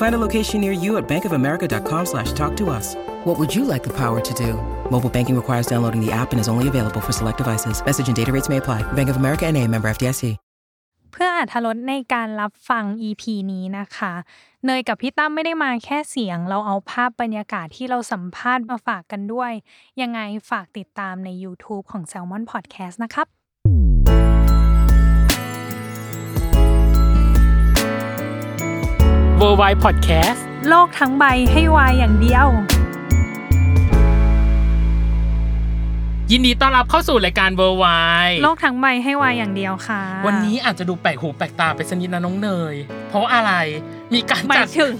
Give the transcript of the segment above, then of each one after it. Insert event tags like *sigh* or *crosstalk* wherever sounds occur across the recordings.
Find a location near you at bankofamerica.com slash talk to us. What would you like the power to do? Mobile banking requires downloading the app and is only available for select devices. Message and data rates may apply. Bank of America and a member FDIC. เพื่ออาธรตในการรับฟัง EP นี้นะคะ เนยกับพี่ตั้มไม่ได้มาแค่เสียง เราเอาภาพบรรยากาศที่เราสัมภาษณ์มาฝากกันด้วย ยังไงฝากติดตามใน YouTube ของ Salmon Podcast นะครับ w o r l d w i d e Podcast โลกทั้งใบให้วายอย่างเดียว ยินดีต้อนรับเข้าสู่รายการ w o r l d w i d e โลกทั้งใบให้วายอย่างเดียวค่ะ วันนี้อาจจะดูแปลกหูแปลกตาไปสักนิดนะน้องเนย เพราะอะไรมีการ หมา จั ย ด ถึง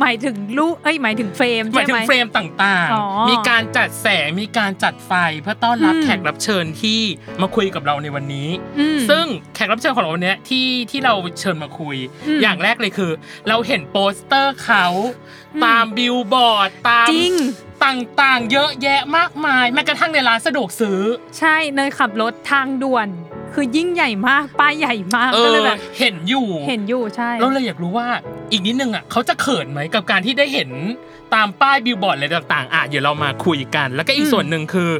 หมายถึงลูกเอ้ยหมายถึงเฟรม หมา ใช่ ยถึ ไหม งเฟรมต่าง อ๋อ ๆ มีการจัดแสง มีการจัดไฟเพื่อต้อนรับ อืม แขกรับเชิญที่มาคุยกับเราในวันนี้ อืม ซึ่งแขกรับเชิญของเราวันเนี้ยที่ที่เราเชิญมาคุย อืม อย่างแรกเลยคือ เราเห็นโปสเตอร์เขา อืม ตามบิลบอร์ดตาม จริง ต่างๆ เยอะแยะมากมาย แม้กระทั่งในร้านสะดวกซื้อ ใช่เนยขับรถทางด่วน คือยิ่งใหญ่มาก ป้ายใหญ่มาก เอ ก็ อ เลยแบบ เห็นอยู่ เห็นอยู่ใช่ เราเลยอยากรู้ว่าอีกนิดนึงอ่ะเขาจะเขินไหมกับการที่ได้เห็นตามป้ายบิลบอร์ดอะไรต่างๆอ่ะเดี๋ยวเรามาคุยกัน แล้วก็อีก อืม ส่วนหนึ่งคือ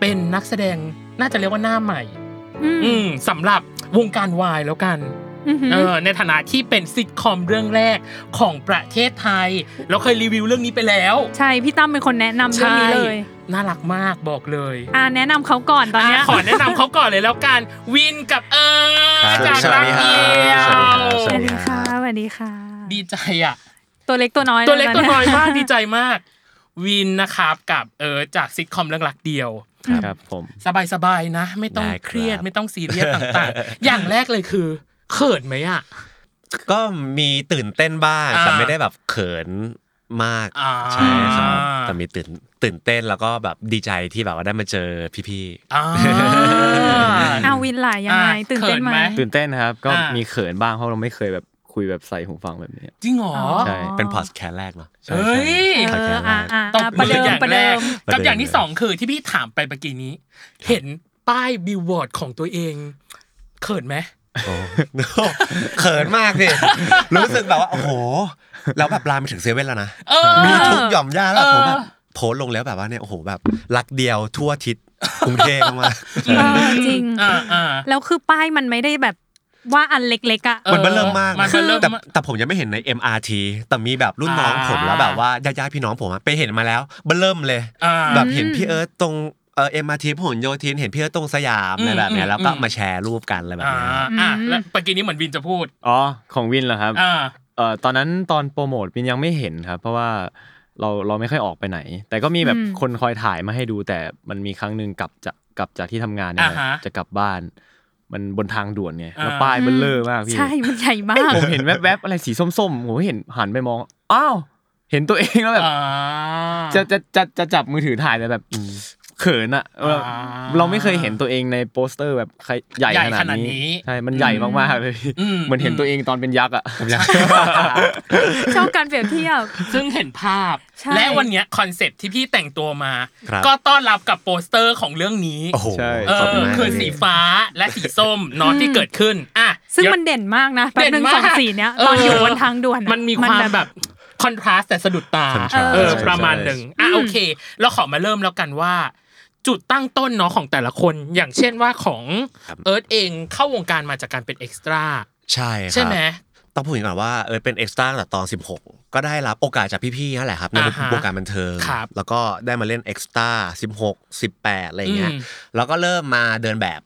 เป็นนักแสดงน่าจะเรียกว่าหน้าใหม่ อืม อืมสำหรับวงการวายแล้วกัน อือหือ เออในฐานะที่เป็นซิทคอมเรื่องแรกของประเทศไทย เราเคยรีวิวเรื่องนี้ไปแล้ว ใช่ พี่ตั้มเป็นคนแนะนำเรื่องนี้เลย น่ารักมากบอกเลย อ่าแนะนำเขาก่อนตอนเนี้ย ะขอแนะนำเขาก่อนเลยแล้วกันวินกับเอคอรับ จาก สวั รั ส ก ดีครั เดี บ ย สวัสดีครับ ว ส ส วัสดีวัสดีค่ะสวัสดีค่ะ ดีใจอ่ะ ตัวเล็กตัวน้อย ตัวเล็ก ะ ตัวน้อย *laughs* มาก เ ดีใจมาก วินนะครับกับเออจากซิทคอมเรื่องรักเดียว ครับผม สบายๆนะ ไม่ต้อง ได้ครับ เครียดไม่ต้องซีเรียสต่าง *laughs* ๆ อย่างแรกเลยคือ เขินไหมอ่ะ ก็มีตื่นเต้นบ้าง อ่า แต่ไม่ได้แบบเขินมาก อ่า ใช่ครับแต่มีตื่นตื่นเต้นแล้วก็แบบดีใจที่แบบว่าได้มาเจอพี่ อ่า เอาวินหลายยังไง อ่ะ ตื่นเต้นไหม เขินไหม ตื่นเต้นครับ ก็ อ่ามี มีเขินบ้างเพราะเราไม่เคยแบบคุยแบบใส่หูฟังแบบนี้ จริงเหรอ ใช่ ๆเป็นพอดแคสต์แรกเนาะใช่ เฮ้ย ใช่พอดแคสต์แรก เอออ่ะ ตบ ประเดิ มืมออย่าง ประ แร เดิ ก มปกับระเดิม อย่างที่สองคือที่พี่ถามไปเมื่อกี้นี้ เห็นป้ายบิวบอร์ดของตัวเองเขินไหม โอ้โหเขินมากเลยรู้สึกแบบว่าโอ้โหแล้วแบบลามไปถึงเซเว่นแล้วนะ เออ มีทุกหย่อมย่าแล้วผมแบบโพสต์ลงแล้วแบบว่าเนี่ยโอ้โหแบบรักเดียวทั่วทิศกรุงเทพมาก เออจริง อ่าอ่า แล้วคือป้ายมันไม่ได้แบบว่าอันเล็กๆอ่ะ เออ มันเบิ่มเริ่มมาก มันเบิ่มเริ่ม แต่แต่ผมยังไม่เห็นใน MRT แต่มีแบบรุ่นน้องผมแล้วแบบว่าญาติๆพี่น้องผมอะไปเห็นมาแล้วเบิ่มเริ่มเลย อ่า แบบเห็นพี่เอิร์ธตรงเออเอ็มอาร์ทีพหลโยธินเห็นพี่เอิร์ธตรงสยาม อือะมไรแบบเนี้ อื ย ม แล้วก็ อืม มาแชร์รูปกันอะไรแบบ อ่า เนี้ย อ่ะ อืม แล้วเมื่อกี้นี้เหมือนวินจะพูด อ๋อ ของวินเหรอครับ อ่า เอ่อตอนนั้นตอนโปรโมทวินยังไม่เห็นครับ เพราะว่าเราเราไม่ค่อยออกไปไหน แต่ก็มีแบบ อืม คนคอยถ่ายมาให้ดู แต่มันมีครั้งหนึ่งกลับจากกลับจากที่ทำงานเนี่ย อ่าฮะ จะกลับบ้าน มันบนทางด่วนไงแล้ว อ่า ป้ายเบลเลอร์มากพี่ ใช่มันใหญ่มาก *laughs* ผมเห็นแวบๆอะไรสีส้มๆผมเห็นหันไปมองอ้าวเห็นตัวเองแล้วแบบ อ่า จะจะจะจะจับมือถือถ่ายแต่แบบเขินอะเออ อ่า เราไม่เคยเห็นตัวเองในโปสเตอร์แบบใครใหญ่ ใหญ่ข ข นา นา ด ด นี้ นี้ใช่มันใหญ่มากๆเลย อืม เหมือนเห็นตัวเองตอนเป็นยักษ์อะ ผมอยาก ชอบการเปรียบเทียบ ซึ่งเห็นภาพ ใช่ และวันเนี้ยคอนเซปต์ที่พี่แต่งตัวมา ครับ ก็ต้อนรับกับโปสเตอร์ของเรื่องนี้ โอ้โห ใช่ เอ ขบณ อ มาก คือสีฟ้าและสีส้มเนอะที่เกิดขึ้นอ่ะ ซึ่ง เดี๋ยว มันเด่นมากนะแป๊บ เด่ หนึ่งสองสีเนี้ย เ ตอนอยู่บนทางด่วนอะ มันมีความแบบคอนทราสต์แต่สะดุดตา เออ เออประมาณหนึ่งอ่ะ อืม โอเค เราขอมาเริ่มแล้วกันว่า จุดตั้งต้นเนาะของแต่ละคนอย่างเช่นว่าของเอิร์ธเองเข้าวงการมาจากการเป็นเอ็กซ์ตร้า ใช่ครับ ใช่ไหม ต้องพูดอย่างนี้ก่อนว่าเออเป็นเอ็กซ์ตร้าตั้งแต่ตอน 16 ก็ได้รับโอกาสจากพี่ๆนั่นแหละครับใน อ่าฮะ วงการบันเทิง ครับ แล้วก็ได้มาเล่นเอ็กซ์ตร้า16 18อะไรอย่างเงี้ย อืม แล้วก็เริ่มมาเดินแบบ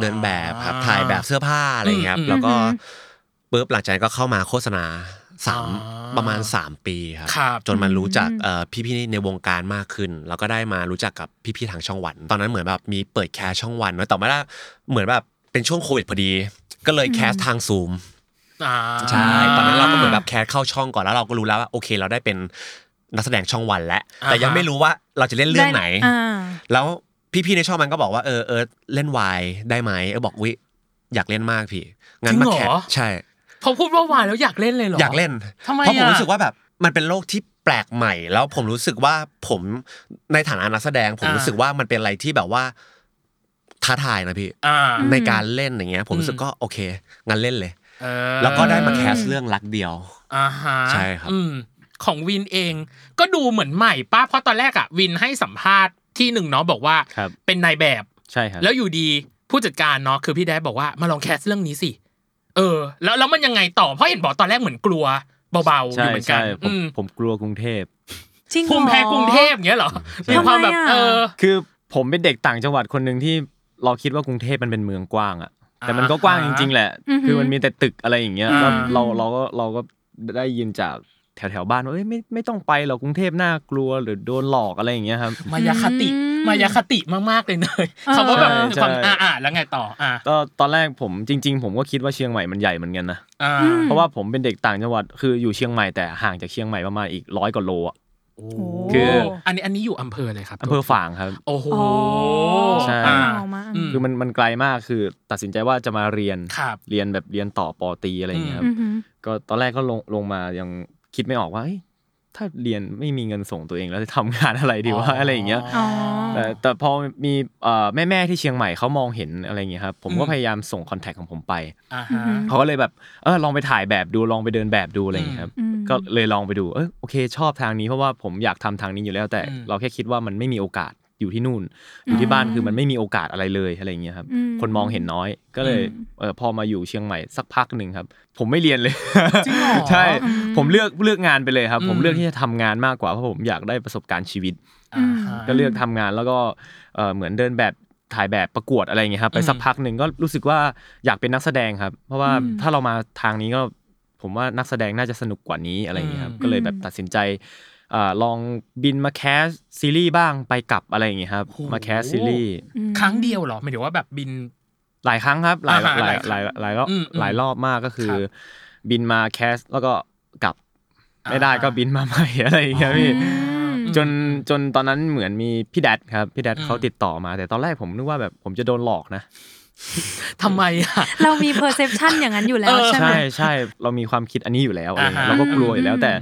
เดินแบบครับ อ่า ถ่ายแบบเสื้อผ้าอะไรอย่างเงี้ยครับ อืม แล้วก็ อืม ปุ๊บหลังจากนั้นก็เข้ามาโฆษณาสาม อ่า ประมาณ 3 ปีครับ ครับ จนมันรู้จักเอ่อพี่ๆในวงการมากขึ้น แล้วก็ได้มารู้จักกับพี่ๆทางช่องวัน ตอนนั้นเหมือนแบบมีเปิดแคสช่องวันไว้แต่ไม่ได้เหมือนแบบเป็นช่วงโควิดพอดี ก็เลยแคสทางซูม อ่า ใช่ตอนนั้นเราก็เหมือนแบบแคสเข้าช่องก่อนแล้วเราก็รู้แล้วว่าโอเค เราได้เป็นนักแสดงช่องวันแล้ว อ่าฮะ แต่ยังไม่รู้ว่าเราจะเล่นเรื่องไหน ด้อ่า แล้วพี่ๆในช่องมันก็บอกว่าเออเออเล่นวายได้ไหมเออบอกวิอยากเล่นมากพี่งั้นมาแคส จริงเหรอ ใช่ พอพูดว่าวายแล้วอยากเล่นเลยเหรอ อ อ ยากเล่น ทำไม เพราะผม อ่ะ รู้สึกว่าแบบมันเป็นโลกที่แปลกใหม่ แล้วผมรู้สึกว่าผมในฐานะนักแสดง ผม อ่า รู้สึกว่ามันเป็นอะไรที่แบบว่าท้าทายนะพี่ อ่า ม ในการเล่นอย่างเงี้ย ผมรู้สึกก็โอเคงั้นเล่นเลย เออ แล้วก็ได้มาแคสเรื่องรักเดียว อ่าฮะ ใช่ครับ อืมของวินเองก็ดูเหมือนใหม่ป้าเพราะตอนแรกอะวินให้สัมภาษณ์ที่หนึ่งเนาะบอกว่า ครับ เป็นนายแบบ ใช่ครับ แล้วอยู่ดีผู้จัดการเนาะคือพี่แดดบอกว่ามาลองแคสเรื่องนี้สิ เออ แล้วแล้วมันยังไงต่อเพราะเห็นบอกตอนแรกเหมือนกลัวเบาๆอ ใช่ ยู่เหมือนกั ใช่ น ผ อื ม ม ผมกลัวกรุงเทพ จริงเหรอ ภูมิแพ้กรุงเทพอย่างเงี้ยเหรอมีความแบบ ทำไมอะ เออ คือผมเป็นเด็กต่างจังหวัดคนหนึ่งที่เราคิดว่ากรุงเทพมันเป็นเมืองกว้างอะแต่มันก็กว้างจริง ๆ แหละ อือหือ คือมันมีแต่ตึกอะไรอย่างเงี้ย อ่า แล้วเราเราก็เราก็ได้ยินจากแถวแถวๆบ้านว่าเอ้ยไม่ไม่ต้องไปหรอกกรุงเทพน่ากลัวหรือโดนหลอกอะไรอย่างเงี้ย *laughs* ครับ มายาคติ อืม มายาคติมากๆเลยเนย เออ คำว่าแบบ ใช่ ความ ใช่ อ่าอ่าแล้วไงต่ออ่า ก็ตอนแรกผมจริง ๆ ผมก็คิดว่าเชียงใหม่มันใหญ่เหมือนกันนะ อ่า เพราะว่าผมเป็นเด็กต่างจังหวัดคืออยู่เชียงใหม่แต่ห่างจากเชียงใหม่ประมาณอีกร้อยกว่าโลอะ คือ อันนี้อันนี้อยู่อำเภออะไรครับ อำเภอฝางครับ โอ้โห อ๋อ ใช่ อ่า เอามา อืม คือมันมันไกลมากคือตัดสินใจว่าจะมาเรียน ครับ เรียนแบบเรียนต่อปอตรีอะไรอย่างเงี้ยครับ อือหือ ก็ตอนแรกก็ลงลงมายังคิดไม่ออกว่าเอ้ยถ้าเรียนไม่มีเงินส่งตัวเองแล้วจะทำงานอะไรดีวะอะไรอย่างเงี้ย อ๋อ แต่แต่พอมีแม่อแม่ๆที่เชียงใหม่เขามองเห็นอะไรอย่างเงี้ยครับผมก็ อืม พยายามส่งคอนแทคของผมไป อ่า อือ ฮะ หือ เขาก็เลยแบบเออลองไปถ่ายแบบดูลองไปเดินแบบดูอะไรอย่างเงี้ยครับ อืม ก็เลยลองไปดูเออโอเค ชอบทางนี้เพราะว่าผมอยากทำทางนี้อยู่แล้ว แต่ อืม เราแค่คิดว่ามันไม่มีโอกาสอยู่ที่นู่น อยู่ที่บ้านคือมันไม่มีโอกาสอะไรเลยอะไรอย่างเงี้ยครับ อืม คนมองเห็นน้อยก็เลยเออพอมาอยู่เชียงใหม่สักพักหนึ่งครับ ผมไม่เรียนเลย จริงเหรอ ใช่ ผมเลือกเลือกงานไปเลยครับ อืม ผมเลือกที่จะทำงานมากกว่าเพราะผมอยากได้ประสบการณ์ชีวิต อืม อ่าฮะ ก็เลือกทำงานแล้วก็เอ่อเหมือนเดินแบบถ่ายแบบประกวดอะไรอย่างเงี้ยครับไป อืม สักพักหนึ่งก็รู้สึกว่าอยากเป็นนักแสดงครับ เพราะว่า อืม ถ้าเรามาทางนี้ก็ผมว่านักแสดงน่าจะสนุกกว่านี้อะไรอย่างเงี้ยครับ อืม ก็เลยแบบตัดสินใจเอ่อลองบินมาแคสซีรีส์บ้างไปกลับอะไรอย่างเงี้ยครับมาแคสซีรีส์ อืม ครั้งเดียวเหรอหมายถึงว่าแบบบิน หลายครั้งครับหลาย อ่าฮะ หลาย ห ห ลา ลาย ย ครั้ง หลายรอบ อืมอืม หลายรอบมากก็คือ ครับ บินมาแคสแล้วก็กลับไม่ได้ อ่าฮะ ก็บินมาใหม่ *laughs* อะไรอย่างเงี้ยพี่ อืม จนจนตอนนั้นเหมือนมีพี่แดดครับพี่แดด อืม เขาติดต่อมา แต่ตอนแรกผมนึกว่าแบบผมจะโดนหลอกนะ ทำไมอ่ะ เรามี perception อย่างนั้นอยู่แล้ว เออ ใช่ไหม ใช่ใช่เรามีความคิดอันนี้อยู่แล้วอะไรอย่างเงี้อ่ายฮะ เราก็กลัวอยู่แล้ว อืม แต่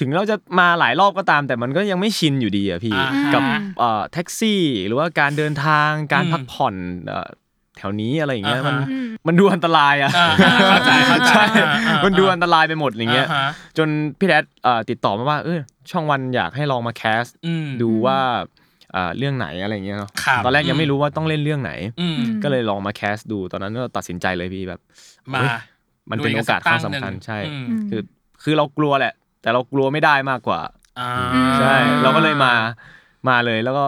ถึงเราจะมาหลายรอบก็ตาม แต่มันก็ยังไม่ชินอยู่ดีอะพี่ อ่าฮะ กับเอ่อแท็กซี่ หรือว่าการเดินทางการ อืม พักผ่อนเอ่อแถวนี้อะไรอย่างเงี้ย อ่าฮะ มัน อืม มันดูอันตรายอะ อ่าเข้าใจเข้าใจ ใช่ อ่าอ่า มันดูอันตรายไปหมดอย่างเงี้ย าฮะ จนพี่แดดเอ่อติดต่อมาว่าเออช่องวันอยากให้ลองมาแคส อืม ดูว่าเอ่อเรื่องไหนอะไรเงี้ยเนาะ ครับ ตอนแรกยั อื ง ม ไม่รู้ว่าต้องเล่นเรื่องไหน อืม ก็เลยลองมาแคสดูตอนนั้นก็ตัดสินใจเลยพี่แบบ มา เอ้ย มันเป็นโอกาสครั้งสำคัญใช่ อืม คือคือเรากลัวแหละ แต่เรากลัวไม่ได้มากกว่า อ่า ใช่เราก็เลยมามาเลยแล้วก็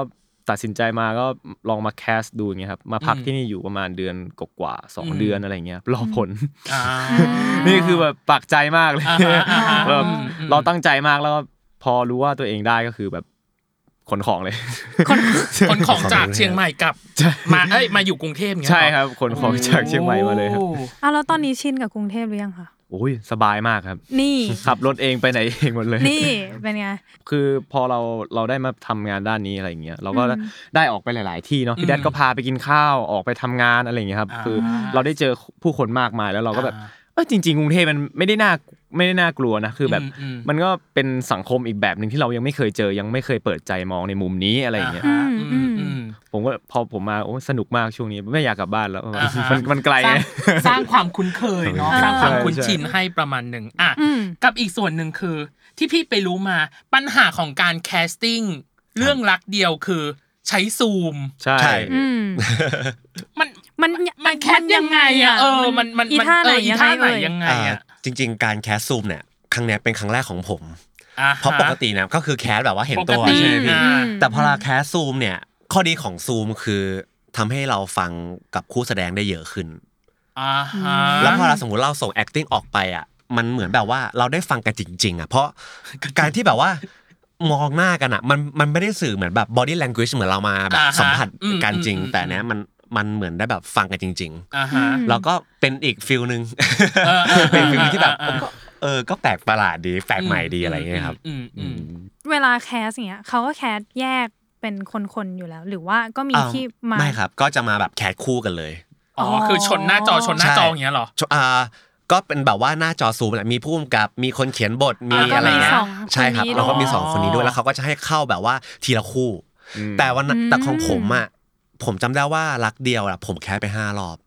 ตัดสินใจมาก็ลองมาแคสดูอย่างเงี้ยครับมาพักที่นี่อยู่ประมาณเดือนกว่าๆสองเดือนอะไรเงี้ยรอผล อ่า นี่คือแบบปักใจมากเลย อ่าฮะอ่าฮะ แบบ อืมอืม เราตั้งใจมากแล้วก็พอรู้ว่าตัวเองได้ก็คือแบบขนของเลย คนคนของจากเชียงใหม่กลับ ใช่ มาเอ้ยมาอยู่กรุงเทพเงี้ย *laughs* ใช่ครับขนของจากเชียงใหม่มาเลยครับ โอ้ อ่ะแล้วตอนนี้ชินกับกรุงเทพหรือยังคะ โอ้ยสบายมากครับ นี่ ขับรถเองไปไหนเองหมดเลย นี่เป็นไง คือพอเราเราได้มาทำงานด้านนี้อะไรอย่างเงี้ยเราก็ อืม ได้ออกไปหลาย ๆ ที่เนาะพี่แดดก็พาไปกินข้าวออกไปทำงานอะไรอย่างเงี้ยครับ คือเราได้เจอผู้คนมากมายแล้วเราก็แบบเออจริง ๆ กรุงเทพมันไม่ได้น่าไม่ได้น่ากลัวนะคือแบบ มอืม มันก็เป็นสังคมอีกแบบหนึ่งที่เรายังไม่เคยเจอยังไม่เคยเปิดใจมองในมุมนี้อะไรอย่างเงี้ย าฮะ อืมอืม ผมก็พอผมมาโอ้สนุกมากช่วงนี้ไม่อยากกลับบ้านแล้ว อ่าฮะ มันมันไกล สร้า ไง งสร้างความคุ้นเคยเนาะ อ่า สร้างความคุ้น ใช่ใช่ ชินให้ประมาณหนึ่งอ่ะ อืม กับอีกส่วนหนึ่งคือ ที่พี่ไปรู้มาปัญหาของการแคสติ้งเรื่องรักเดียวคือ ใช้ซูม ใช่ ใช่ อืม มัน มัน มันแคสยังไงอ่ะเออมันมัน อี มั ท่าไหน เอออี ยังไง ท่าไหน เอ่ย ยังไง อ่า อ่ะ จ จริง ๆ การแคสซูมเนี่ยครั้งเนี้ยเป็นครั้งแรกของผม อ่ เพราะปกติเนี่ยก็คือแคสแบบว่าเห็นตัว ปก ใช่ไหมพี่ อ่า แต่พอเราแคสซูมเนี่ย ข้อดีของซูมคือทำให้เราฟังกับคู่แสดงได้เยอะขึ้น อ่าฮะ แล้วพอเราสมมติเราส่ง acting ออกไปอ่ะ มันเหมือนแบบว่าเราได้ฟังกันจริง ๆอ่ะเพ *laughs* ราะการที่แบบว่ามองหน้ากันอ่ะมันมันไม่ได้สื่อเหมือนแบบ body language เหมือนเรามาแบบสัมผัสกันจริง แต่เนี้ยมันมันเหมือนได้แบบฟังกันจริง อ่าฮะ ๆ แล้วก็เป็นอีกฟิลหนึ่ง เออเออ *laughs* เออเป็นฟิลที่แบบก็เออก็แปลกประหลาดดีแปลกใหม่ดีอะไรอย่างเงี้ยครับ อืมอืม เวลาแคสอย่างเงี้ยเขาก็แคสแยกเป็นคนๆอยู่แล้ว หรือว่าก็มี อ้าว ที่มา ไม่ครับก็จะมาแบบแคสคู่กันเลย อ๋อ คือชนหน้าจอชนหน้าจออย่างเงี้ยเหรอ ชอ่าก็เป็นแบบว่าหน้าจอซูมแหละมีผู้กำกับมีคนเขียนบทมี แล้วก็ อะไรเงี้ มี ย สอง ใช่ครับ คนนี้ แล้วก็มี ด้วย สองคนนี้ด้วยแล้วเขาก็จะให้เข้าแบบว่าทีละคู่ แต่วันนั้น อืม แต่ของผมอ่ะผมจำได้ว่ารักเดียวอ่ะผมแคสไปห้ารอบ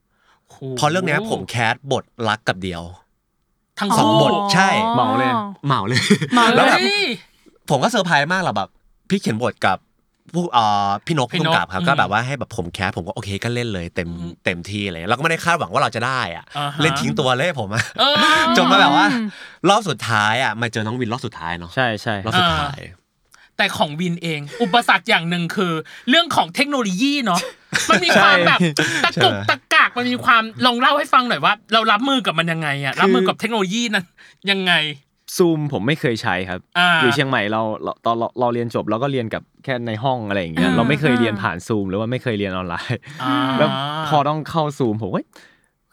เพราะเรื่องเนี้ยผมแคสบทรักกับเดียว ทั้ง สอง คู่ บทใช่ เหมาเลย เหมาเลย เหมาเลย แล้วแบบ เฮ้ย ผมก็เซอร์ไพรส์มากเราแบบ พี่เขียนบทกับผู้อ่าพี่นก พี่ ผู้ นก กำกับครับ อืม ก็แบบว่าให้แบบผมแคสผมก็โอเคก็เล่นเลยเต็ม อืม เต็มที่เลยเราก็ไม่ได้คาดหวังว่าเราจะได้อ่ะ อ่าฮะ เล่นทิ้งตัวเลยผมอะ เออ จนมาแบบว่า รอบสุดท้ายอ่ะมาเจอน้องวินรอบสุดท้ายเนาะ ใช่ใช่ รอบสุดท้าย แต่ของวินเอง อุปสรรคอย่างหนึ่งคือ เรื่องของเทคโนโลยีเนาะ *laughs* มันมีความแบบตะกุก ใช่ ตะกากมันมีความลองเล่าให้ฟังหน่อยว่า เรารับมือกับมันยังไงอะรับมือกับเทคโนโลยีนั้นยังไง ซูมผมไม่เคยใช้ครับ อ่า อยู่เชียงใหม่เราเราตอนเราเราเรียนจบเราก็เรียนกับแค่ในห้องอะไรอย่างเงี้ย อ่า เราไม่เคยเรียนผ่านซูมหรือว่าไม่เคยเรียนออนไลน์ อ่า แล้วพอต้องเข้าซูมผมก็เฮ้ย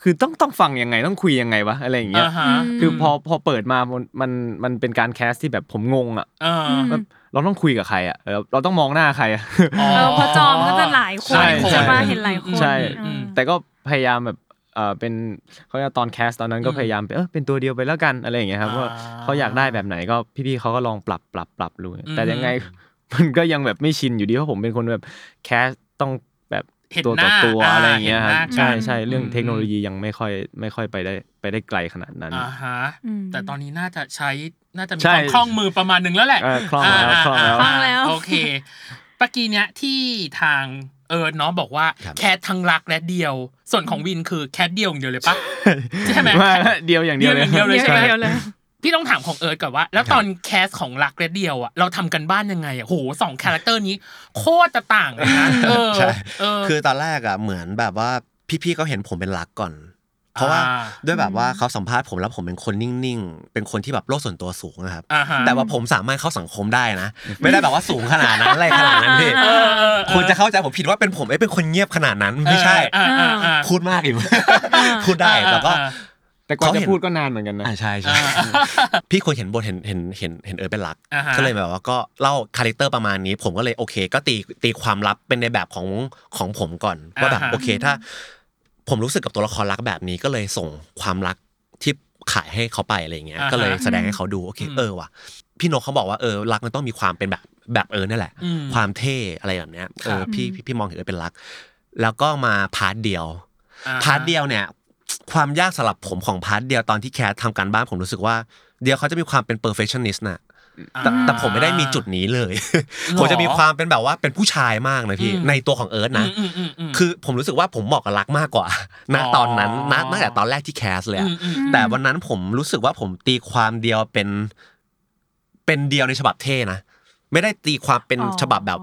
คือต้องต้องฟังยังไงต้องคุยยังไงวะอะไรอย่างเงี้ย อ่าฮะ คือพอพอเปิดมามันมันมันเป็นการแคสที่แบบผมงงอ่ะ อ่า แบบเราต้องคุยกับใครอ่ะเราเราต้องมองหน้าใครอ่ะ อ๋อ เออเพราะจอมันก็จะหลายคน ใช่ ใช่ปะ ใช่ เห็นหลายคน ใช่ อืม แต่ก็พยายามแบบเออเป็นเขาเรียกว่าตอนแคสตอนนั้นก็ อืม พยายามไปเออเป็นตัวเดียวไปแล้วกันอะไรอย่างเงี้ยครับ อ่า ว่าเขาอยากได้แบบไหนก็พี่ๆเขาก็ลองปรับปรับปรับดู อืม แต่ยังไง *laughs* มันก็ยังแบบไม่ชินอยู่ดีเพราะผมเป็นคนแบบแคสต้องแบบ เห็น ตัว ห ต่อ น้า ตัวอะไรอย่างเงี้ยครับ ห็นหน้ากัน ใช่ใช่เรื่อง ม เทคโนโลยียังไม่ค่อยไม่ค่อยไปได้ไปได้ไกลขนาดนั้น อ่าฮะ อืม แต่ตอนนี้น่าจะใช้น่าจะมีคใช่วามคล่องมือประมาณหนึ่งแล้วแหละ เออคล่องแล้ว า คล่องแล้ว คล่องแล้ว โอเคปกี้เนี้ยที่ทางเออเนาะบอกว่า ครับ แคททั้งรักและเดียว ส่วนของวินคือแคทเดียวอย่างเดียวเลยปะ ใช่ไหม ว่า *laughs* เดียวอย่างเดียวเลย เดียวอย่างเดียวเลย เดียวเดีใช่ไหมยวเลย พี่ต้องถามของเอิร์ธก่อนว่า แล้ว ครับ ตอนแคสของรักและเดียวอ่ะเราทำกันบ้านยังไงอ่ะโหสองคาแรคเตอร์นี้ โคตรจะต่างเลยนะเออ ใช่ เออ คือตอนแรกอ่ะเหมือนแบบว่าพี่ๆเขาเห็นผมเป็นรักก่อน เพราะว่า อ่า ด้วยแบบว่าเขาสัมภาษณ์ผมแล้วผมเป็นคนนิ่งๆ เป็นคนที่แบบโลกส่วนตัวสูงนะครับ อ่าฮะ แต่ว่าผมสามารถเข้าสังคมได้นะ ไม่ได้แบบว่าสูงขนาดนั้นอะไรขนาดนั้นพี่ เออเออเออ คนจะเข้าใจผมผิดว่าเป็นผมเอ้ยเป็นคนเงียบขนาดนั้นไม่ใช่ อ่าอ่าอ่า พูดมากอยู่ พูดได้แล้วก็ แต่กว่า เขา จะ เห็น พูดก็นานเหมือนกันนะ อ่าใช่ใช่ *laughs* พี่คนเห็นบทเห็นเห็นเห็นเห็นเออเป็นหลัก อ่าฮะ ก็เลยแบบว่าก็เล่าคาแรคเตอร์ประมาณนี้ ผมก็เลยโอเค ก็ตีตีความลับเป็นในแบบของของผมก่อน ว่าแบบ อ่าฮะ โอเคถ้า ผมรู้สึกกับตัวละครรักแบบนี้ก็เลยส่งความรักที่ขายให้เขาไปอะไรอย่างเงี้ย อ่าฮะ ก็เลยแสดงให้เขาดูโอเค อืม เออว่ะพี่นกเขาบอกว่าเออรักมันต้องมีความเป็นแบบแบบเออนั่นแหละ อืม ความเท่อะไรแบบเนี้ยเอ ค อ รับ พี่พี่พี่มองเห็นเออเป็นรัก แล้วก็มาพาร์ทเดียว อ่ พาร์ทเดียวเนี่ย ความยากสำหรับผมของพาร์ทเดียวตอนที่แคสทำการบ้านผมรู้สึกว่า เดียวเขาจะมีความเป็น perfectionist นะแต่ อ่า แต่ผมไม่ได้มีจุดนี้เลย ผมจะมีความเป็นแบบว่าเป็นผู้ชายมากนะพี่ อืม ในตัวของเอิร์ธนะ อืมอืมอืม คือผมรู้สึกว่าผมเหมาะกับรักมากกว่าณ อ๋อ ตอนนั้นณตั้งแต่ตอนแรกที่แคสเลยอะ มอืม แต่วันนั้นผมรู้สึกว่าผมตีความเดียวเป็น เป็นเดียวในฉบับเท่นะไม่ได้ตีความเป็น อ๋อ ฉบับแบบ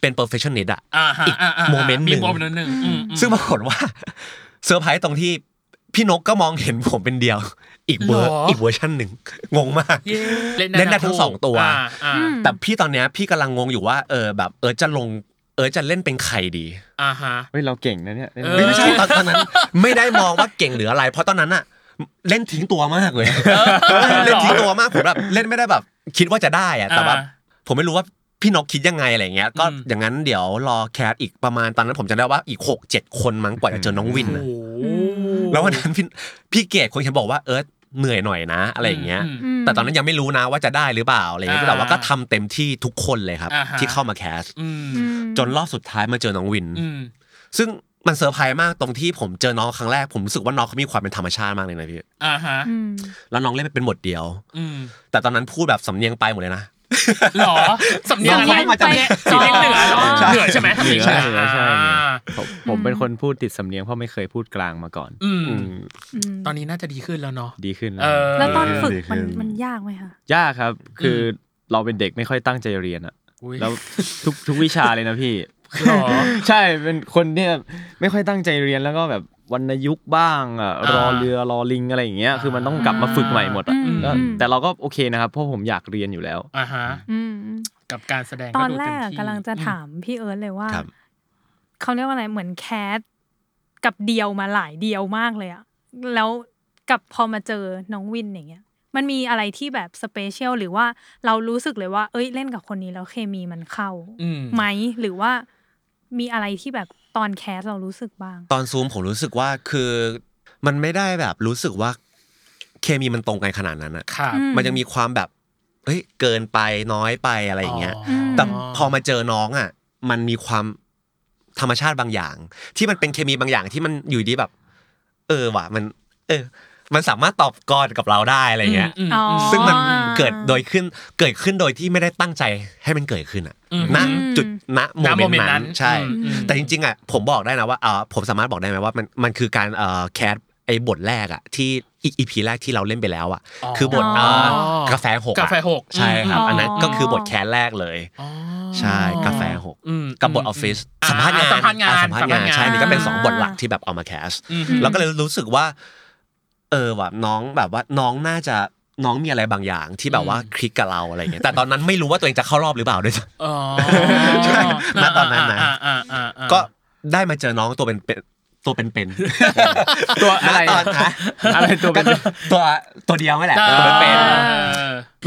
เป็น perfectionist อะ อ่าฮะ อีก าฮะ โมเมนต์หนึ่ง โมเมนต์หนึ่งอืมอืม ซึ่งปรากฏว่า *laughs* เซอร์ไพรส์ตรงที่พี่นกก็มองเห็นผมเป็นเดียว อีกเวอร์ หรออี อีกเวอร์ชันหนึ่ง งงมาก เย้ เล่นได้ทั้งสองตัว าอ่า แต่พี่ตอนเนี้ยพี่กำลังงงอยู่ว่าเออแบบเออจะลงเออจะเล่นเป็นใครดี อ่าฮะ เฮ้ยเราเก่งนะเนี่ยเล่น เออ ไม่ไม่ใช่ตอนตอนนั้น ไม่ได้มองว่าเก่งหรืออะไร เพราะตอนนั้นอะเล่นทิ้งตัวมากเลยเล่นทิ้งตัวมากผมแบบเล่นไม่ได้แบบ คิดว่าจะได้อะแต่แบบ ผมไม่รู้ว่าพี่นกคิดยังไงอะไรเงี้ย ก็ อืม อย่างนั้นเดี๋ยวรอแคสอีกประมาณตอนนั้นผมจะได้ว่าอีกหกเจ็ดคนมั้งกว่าจะเจอน้องวิน โอ้ อะ โห แล้ววันนั้นพี่พี่เกดคนเขียนบอกว่าเอิร์ธเหนื่อยหน่อยนะ อะไรอย่างเงี้ย ม ม แต่ตอนนั้นยังไม่รู้นะว่าจะได้หรือเปล่าอะไรเงี้ย อ่า แต่ว่าก็ทำเต็มที่ทุกคนเลยครับ อ่าฮะ ที่เข้ามาแคส อืม อืม จนรอบสุดท้ายมาเจอน้องวิน อืม ซึ่งมันเซอร์ไพรส์มากตรงที่ผมเจอน้องครั้งแรกผมรู้สึกว่าน้องเขามีความเป็นธรรมชาติมากเลยนะพี่ อ่าฮะ อืม แล้วน้องเล่นเป็นบทเดียว อืม แต่ตอนนั้นพูดแบบสำเนียงไปหมดเลยนะ หรอสำเนียน้งองเขามาจาก สำเนียงเหนือเหรอ ใช่ เหนือใช่ไหม เหนือ ใช่ เหนือใช่เหนือ อ่า ผมผมเป็นคนพูดติดสำเนียงเพราะไม่เคยพูดกลางมาก่อน อืม อืม ม ตอนนี้น่าจะดีขึ้นแล้วเนาะ ดีขึ้นแล้ เอ ว อ แล้วตอนฝึก ดีขึ้ มัน น มันยากไหมคะ ยากครับ คือเราเป็นเด็กไม่ค่อยตั้งใจเรียนอะ อุ๊ย แล้วทุกทุกวิชาเลยนะพี่ หรอ *laughs* ใช่เป็นคนเนี่ยไม่ค่อยตั้งใจเรียนแล้วก็แบบวรรณยุกต์บ้างอะ อ่าร ร อเรือรอลิงอะไรอย่างเงี้ยคือมันต้องกลับมาฝึกใหม่หมด อืมอะแล้ว อืม แต่เราก็โอเคนะครับเพราะผมอยากเรียนอยู่แล้ว อ่าฮะ อืมอืม กับการแสดง ตอน ดู แร เม ก ที่ กำลังจะถามพี่เอิร์ธเลยว่า ครับ เขาเรียกว่าอะไรเหมือนแคสกับเดียวมาหลายเดียวมากเลยอะแล้วกับพอมาเจอน้องวินอย่างเงี้ย มันมีอะไรที่แบบสเปเชียลหรือว่าเรารู้สึกเลยว่า เอ้ยเล่นกับคนนี้แล้วเคมีมันเข้า อืม ไหมหรือว่ามีอะไรที่แบบตอนแคสเรารู้สึกบ้าง ตอนซูมผมรู้สึกว่าคือมันไม่ได้แบบรู้สึกว่าเคมีมันตรงกันขนาดนั้นอะ ครับ อืม มันยังมีความแบบเอ้ยเกินไปน้อยไปอะไรอย่างเงี้ย แต่พอมาเจอน้องอ่ะ มันมีความธรรมชาติบางอย่าง ที่มันเป็นเคมีบางอย่างที่มันอยู่ดีแบบ เออว่ะมัน เออ มันสามารถตอบกอนกับเราได้อะไรเงี้ย อ๋อ ซึ่งมันเกิดโดยขึ้นเกิดขึ้นโดยที่ไม่ได้ตั้งใจให้มันเกิดขึ้นอ่ะ อืม ณจุดณ ณ โม โม เมนต์เมนต์นั้ นั้น น ใช่ อืม แต่จริงๆอ่ะผมบอกได้นะว่าเออผมสามารถบอกได้ไหมว่ามันมันคือการเอ่อแคสไอ้บทแรกอ่ะที่อีพีแรกที่เราเล่นไปแล้วอ่ะ อ๋อ คือบทเอ่อ อ๋อก าแฟหกอะ กาแฟหก ใช่ครับ อืม อันนั้นก็คือบทแคสแรกเลย อ๋อ ใช่กาแฟหก อืม กับบท ม ออฟฟิศ อ่ สัมภาษณ์งาน สัมภาษณ์งาน อ่สัมภาษณ์งานใช่นี่ก็เป็น 2 บทหลักที่แบบเอามาแคส อืม แล้วก็เลยรู้สึกว่า เออว่ะน้องแบบว่าน้องน่าจะน้องมีอะไรบางอย่างที่แบบว่า อืม คลิกกับเราอะไรเงี้ยแต่ตอนนั้นไม่รู้ว่าตัวเองจะเข้ารอบหรือเปล่าด้วย อ๋อ ใช่ณตอนนั้นนะ อ่าอ่าอ่าอ่า ก็ได้มาเจอน้องตัวเป็นเป็นตัวเป็นเป็น ตัวอะไร ณตอนนะ อะไรตัวเป็น ก็ตัวตัวเดียวไม่แหละตัวเป็นเป็น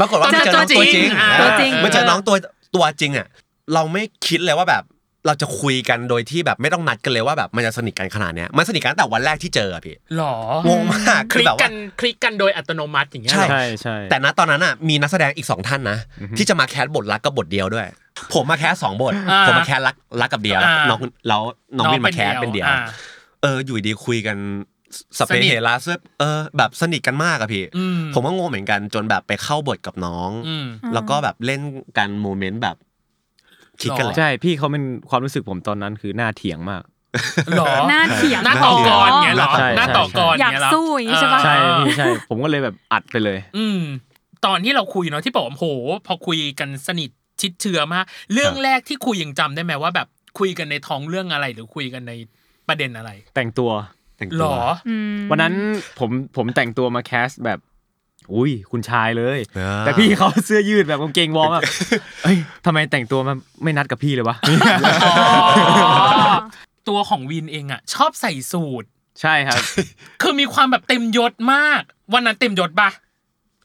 ปรากฏว่า เจอ ไม่เจอน้อง ตั ตัว ว จ จ ริ ริ ง ง อ่า ตัวจริง ไม่เจอน้องตัวตัวจริงอ่ะเราไม่คิดเลยว่าแบบ เราจะคุยกันโดยที่แบบไม่ต้องนัดกันเลยว่าแบบมันจะสนิทกันขนาดเนี้ยมันสนิทกันตั้งแต่วันแรกที่เจออะพี่ หรอ งงมาก ค คือ ลิก แบบ กั ว่า นคลิกกันโดยอัตโนมัติอย่างเงี้ย ใช่ เหรอ ใช่ใช่ แต่ณตอนนั้นอ่ะมีนักแสดงอีกสองท่านนะ ที่จะมาแคสบทรักกับบทเดียวด้วย ผมมาแคสสองบท า ผมมาแคสรักรักกับเดียว อ่า น้องแล้วน้องวินมาแคสเป็นเดียว อ่า เอออยู่ดีคุยกันสเป สนิท เฮลาเออแบบสนิทกันมากอะพี่ อืม ผมก็งงเหมือนกันจนแบบไปเข้าบทกับน้อง อืม แล้วก็แบบเล่นกันโมเมนต์แบบคลิกกัน หร เล อ ย ใช่พี่เขาเป็นความรู้สึกผมตอนนั้นคือหน้าเถียงมาก หรอ หน้าเถียง หน้าต่อกร อ๋อ เงี้ยเหรอ ใช่ใช่ หน้าต่อกร อยาก เงี้ยเหรอ สู้อย่างงี้ใช่ปะ ใช่พี่ อ่า ใช่ ผมก็เลยแบบอัดไปเลย อืม ตอนที่เราคุยเนาะที่บอกว่าโห พอคุยกันสนิทชิดเชื้อมาก เรื่องแรกที่คุยยังจำได้ไหมว่าแบบคุยกันในท้องเรื่องอะไร หรือคุยกันในประเด็นอะไร แต่งตัว แต่ง หร *laughs* ตัว อ อืม วันนั้นผมผมแต่งตัวมาแคสแบบ อุ้ยคุณชายเลย เออ แต่พี่เขาเสื้อยืดแบบกางเกงวอ *laughs* ร์มอะเอ้ยทำไมแต่งตัวมาไม่นัดกับพี่เลยวะ ตัวของวินเองอ่ะ ชอบใส่สูท ใช่ครับ คือมีความแบบเต็มยศมาก วันนั้นเต็มยศปะ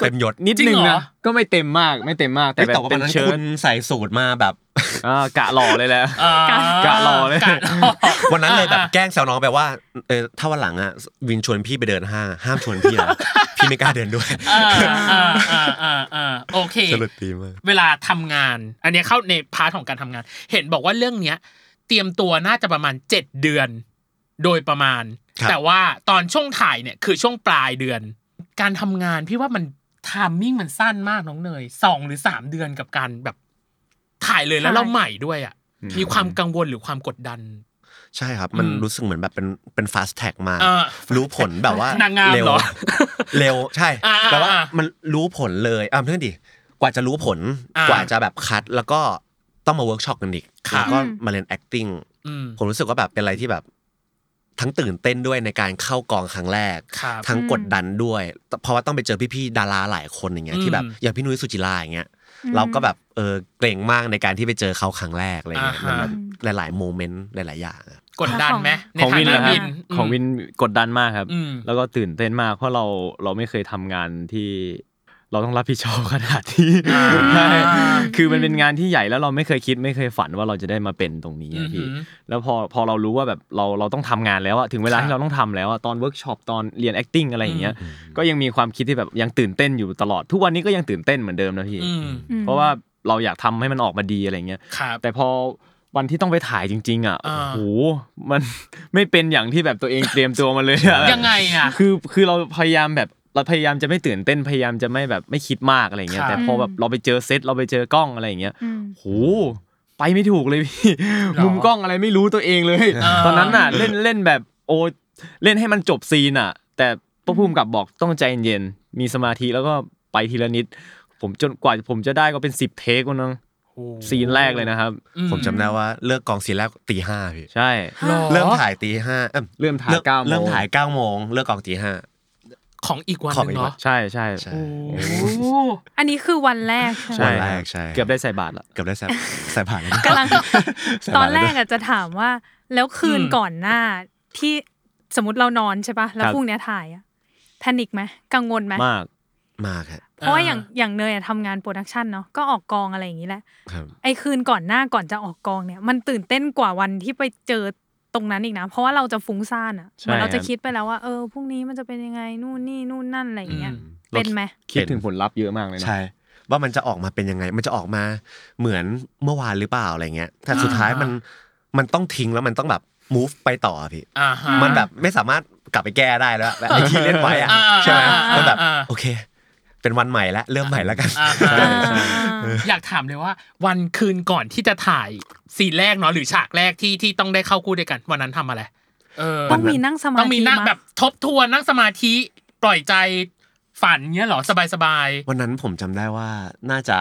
เต็มยศ นิด จริง นึง เหรอ นะก็ไม่เต็มมากไม่เต็มมาก แต่ แต่ แบ แต่ บ ว่าวั เป็น น นั้น เชิ้ คุ ต ณใส่สูตรมาแบบ *laughs* อ่ากะหล่อเลยแหละ อ่าก ะหล่อเลย กะหล่อ วันนั้นเลยแบบแกล้งแซวน้องไปว่าเออถ้าวันหลังอ่ะวินชวนพี่ไปเดินห้างห้ามชวนพี่นะ *laughs* พี่ไม่กล้าเดินด้วย อ่าอ่าอ่าอ่าอ่าโอเค สลดดีมาก เวลาทำงาน อันเนี้ยเข้าในพาร์ทของการทำงาน เห็นบอกว่าเรื่องเนี้ย เตรียมตัวน่าจะประมาณ 7 เดือน โดยประมาณ ครับ แต่ว่าตอนช่วงถ่ายเนี่ยคือช่วงปลายเดือน การทำงานพี่ว่ามันทามมิ่งมันสั้นมากน้องเนยสองหรือสามเดือนกับการแบบถ่ายเลยแล้ว ใช่ เราใหม่ด้วยอ่ะมีความกังวลหรือความกดดัน ใช่ครับ มัน อืม รู้สึกเหมือนแบบเป็นเป็นฟาสแท็กมาก อ่า รู้ผลแบบว่า นางงาม เร็ว เหรอ เร็วใช่ อ่าอ่า แต่ว่า อ่า มันรู้ผลเลยอ่ะเพื่อนดิกว่าจะรู้ผล อ่าก ว่าจะแบบคัดแล้วก็ต้องมาเวิร์กช็อปกันอีก ครับ แล้วก็มาเรียน acting อืม ผมรู้สึกว่าแบบเป็นอะไรที่แบบ ทั้งตื่นเต้นด้วยในการเข้ากองครั้งแรก ครับ ทั้งกดดันด้วย เพราะว่าต้องไปเจอพี่ๆดาราหลายคนอย่างเงี้ย อืม ที่แบบอย่างพี่นุ้ยสุจิราอย่างเงี้ยเราก็แบบเออเกรงมากในการที่ไปเจอเขาครั้งแรกอะไรเงี้ยมันแบบหลาย ๆ โมเมนต์หลาย ๆ อย่างอะ กดดันไหมใน ของ ฐา วิน นะ นะฮะ วินม ของวินกดดันมากครับ อืม แล้วก็ตื่นเต้นมาก เพราะเราเราไม่เคยทำงานที่ เราต้องรับผิดชอบขนาดนี้ อ่า ใช่คือมันเป็นงานที่ใหญ่แล้วเราไม่เคยคิดไม่เคยฝันว่าเราจะได้มาเป็นตรงนี้ อื อะ อหื พี่ อ แล้วพอพอเรารู้ว่าแบบเราเราต้องทำงานแล้วอะถึงเวลา ครับ ที่เราต้องทำแล้วอะตอนเวิร์กช็อปตอนเรียน acting อะไรอย่างเงี้ย ก็ยังมีความคิดที่แบบยังตื่นเต้นอยู่ตลอด ทุกวันนี้ก็ยังตื่นเต้นเหมือนเดิมนะพี่ อืม เพราะว่าเราอยากทำให้มันออกมาดีอะไรอย่างเงี้ย ครับ แต่พอวันที่ต้องไปถ่ายจริง ๆ อ่ะ อ่า โอ้โห มัน *laughs* ไม่เป็นอย่างที่แบบตัวเองเตรียมตัวมาเลยอะ ยังไงอ่ะ คือ คือเราพยายามแบบ เราพยายามจะไม่ตื่นเต้น พยายามจะไม่แบบไม่คิดมากอะไรเงี้คยรับ แต่พอแบบเราไปเจอเซต เราไปเจอกล้องอะไรอย่างเงี้ย โห ไป ไปไม่ถูกเลยพี่ หรอ มุมกล้องอะไรไม่รู้ตัวเองเลย อ่า ตอนนั้นน่ะ เล่นเล่นแบบโอ้เล่นให้มันจบซีนอ่ะ แต่พระภูมิกับบอกต้องใจเย็นๆมีสมาธิแล้วก็ไปทีละนิด ผมจนกว่าผมจะได้ก็เป็นสิบเทควันนึง โอ้ ซีนแรกเลยนะครับ อื ผมจำได้ว่าเลิกกองซีนแรกตีห้าพี่ ใช่ หอ เริ่มถ่ายตีห้าเอิ่ม เริ่มถ่ายเก้าโมง เริ่มถ่ายเก้าโมงเลิกกองตีห้า ของอีกวันห ของ นึ อี ง กวั เนาะ น ใช่ใช่ ใช่ โอ้โห อันนี้คือวันแรกใช่ไหม ใช่ วันแรก เกือบได้ใส่บาทละ เกือบได้แสบ *laughs* แสบผ่านแล้วนะ กำลัง แสบ ตอ ผ่าน ล้ว แร ด้วย กอะจะถามว่า แล้วคืนก่อนหน้าที่สมมติเรานอนใช่ปะแล้วพรุ่งเนี้ยถ่ายอะแพนิคไหมกังวลไหม มาก มากครับ เพราะว่าอย่างอย่างเนยอะทำงานโปรดักชันเนาะก็ออกกองอะไรอย่างนี้แหละ ครับ ไอคืนก่อนหน้าก่อนจะออกกองเนี่ย มันตื่นเต้นกว่าวันที่ไปเจอตรงนั้นอีกนะ เพราะว่าเราจะฟุ้งซ่านอะเหมือนเราจะคิดไปแล้วว่าเออพรุ่งนี้มันจะเป็นยังไงนู่นนี่นู่นนั่นอะไรอย่างเงี้ยเป็นไหม คิดถึงผลลัพธ์เยอะมากเลยนะ ใช่ ว่ามันจะออกมาเป็นยังไง มันจะออกมาเหมือนเมื่อวานหรือเปล่าอะไรเงี้ยแต่สุดท้ายมันมันต้องทิ้งแล้วมันต้องแบบ move ไปต่ออะพี่ อ่าฮะ มันแบบไม่สามารถกลับไปแก้ได้แล้วแบบไอ้ที่เล่นไว้อะ อ่า ใช่ไหม อ่าอ่า มันแบบ อ่า โอเค เป็นวันใหม่แล้วเริ่มใหม่แล้วกัน อ่าฮะ ใช่ใช่ อยากถามเลยว่า วันคืนก่อนที่จะถ่ายซีนแรกเนาะหรือฉากแรกที่ที่ต้องได้เข้าคู่ด้วยกัน วันนั้นทำอะไรเออ ต้องมีนั่งสมาธิ ต้องมีนั่ง มั้ย แบบทบทวนนั่งสมาธิปล่อยใจฝันเงี้ยเหรอสบายสบาย วันนั้นผมจำได้ว่าน่าจะ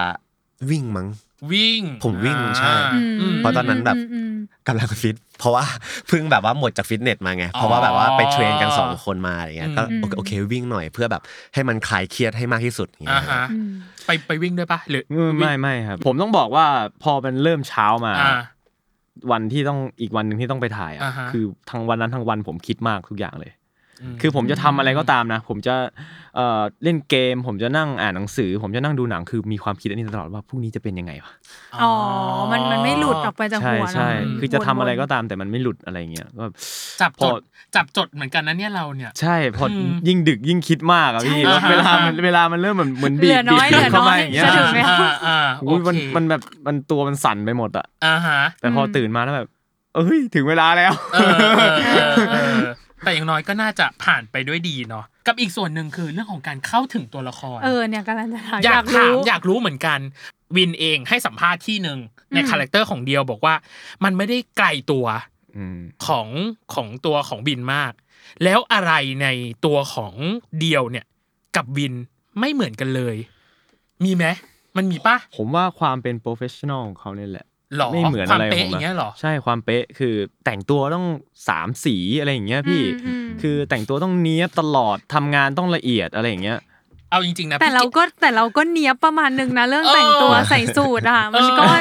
วิ่งมั้ง ๆวิ่ง ผมวิ่งใช่ อ่าอืม เพราะตอนนั้นแบบ อืม กำลังฟิต เพราะว่า *laughs* เพิ่งแบบว่าหมดจากฟิตเนสมาไง เพราะว่าแบบว่าไปเทรนกันสองคนมาอะไรเงี้ย ก็ อืม โอเคโอเควิ่งหน่อยเพื่อแบบให้มันคลายเครียดให้มากที่สุดอย่างเงี้ อ่าย ฮะ อืม ไปไปวิ่งด้วยปะหรือ อืมไม่ไม่ครับ ผมต้องบอกว่าพอมันเริ่มเช้ามา อ่า วันที่ต้องอีกวันหนึ่งที่ต้องไปถ่ายอ่ะ อ่าฮะ คือทั้งวันนั้นทั้งวันผมคิดมากทุกอย่างเลย คือผมจะทำอะไรก็ตามนะ ผมจะเอ่อเล่นเกม ผมจะนั่งอ่านหนังสือ ผมจะนั่งดูหนังคือมีความคิดอันนี้ตลอดว่าพรุ่งนี้จะเป็นยังไงวะ อ๋อ มันมันไม่หลุดออกไปจาก ใช่ หัว ใช่ เน คือจะทำอะไรก็ วนๆ ตามแต่มันไม่หลุดอะไรเงี้ยก็ จับ พ จ อ ดจับจดเหมือนกันนะเนี่ยเราเนี่ย ใช่พออ ม ยิ่งดึกยิ่งคิดมากอ่ะพี่ ใช่ แล้วเวลามันเวลามันเริ่มเหมือนเหมือนบี เหลืบอน้อย บี เหลื บ อน้เข้าอ มาย อย่างเงี้ย จะถึงไหม อ่าอ่าอ่าโอ อุ๊ยมัน เค มันแบบมันตัวมันสั่นไปหมดอ่ะ อ่าฮะ แต่พอตื่นมาแล้วแบบ เอ้ยถึงเวลาแล้ว เออเออเออเออแต่อย่างน้อยก็น่าจะผ่านไปด้วยดีเนาะกับอีกส่วนหนึ่งคือเรื่องของการเข้าถึงตัวละคร เออเนี่ยกำลังจะถามออายยาก ก ถาม รู้ อยากรู้เหมือนกัน วินเองให้สัมภาษณ์ที่หนึ่งใน อืม คาแรคเตอร์ของเดียวบอกว่า มันไม่ได้ไกลตัว อืม ของของตัวของบินมาก แล้วอะไรในตัวของเดียวเนี่ย กับบินไม่เหมือนกันเลย มีไหมมันมีปะ ผมว่าความเป็นโปรเฟชชั่นอลของเขาเนี่ยแหละ หรอ ไม่เหมือน ความ อะไร เป๊ะ ผม อย่างเงี้ยหรอ ใช่ความเป๊ะคือแต่งตัวต้องสามสีอะไรอย่างเงี้ยพี่ อืมอืม คือแต่งตัวต้องเนี้ยบตลอดทำงานต้องละเอียดอะไรอย่างเงี้ย เอาจริงๆนะ แต่ พี่ เราก็แต่เราก็เนี้ยบประมาณหนึ่งนะ เรื่องแต่งตัว เออ ใส่สูทอ่ะ มันก็ เอ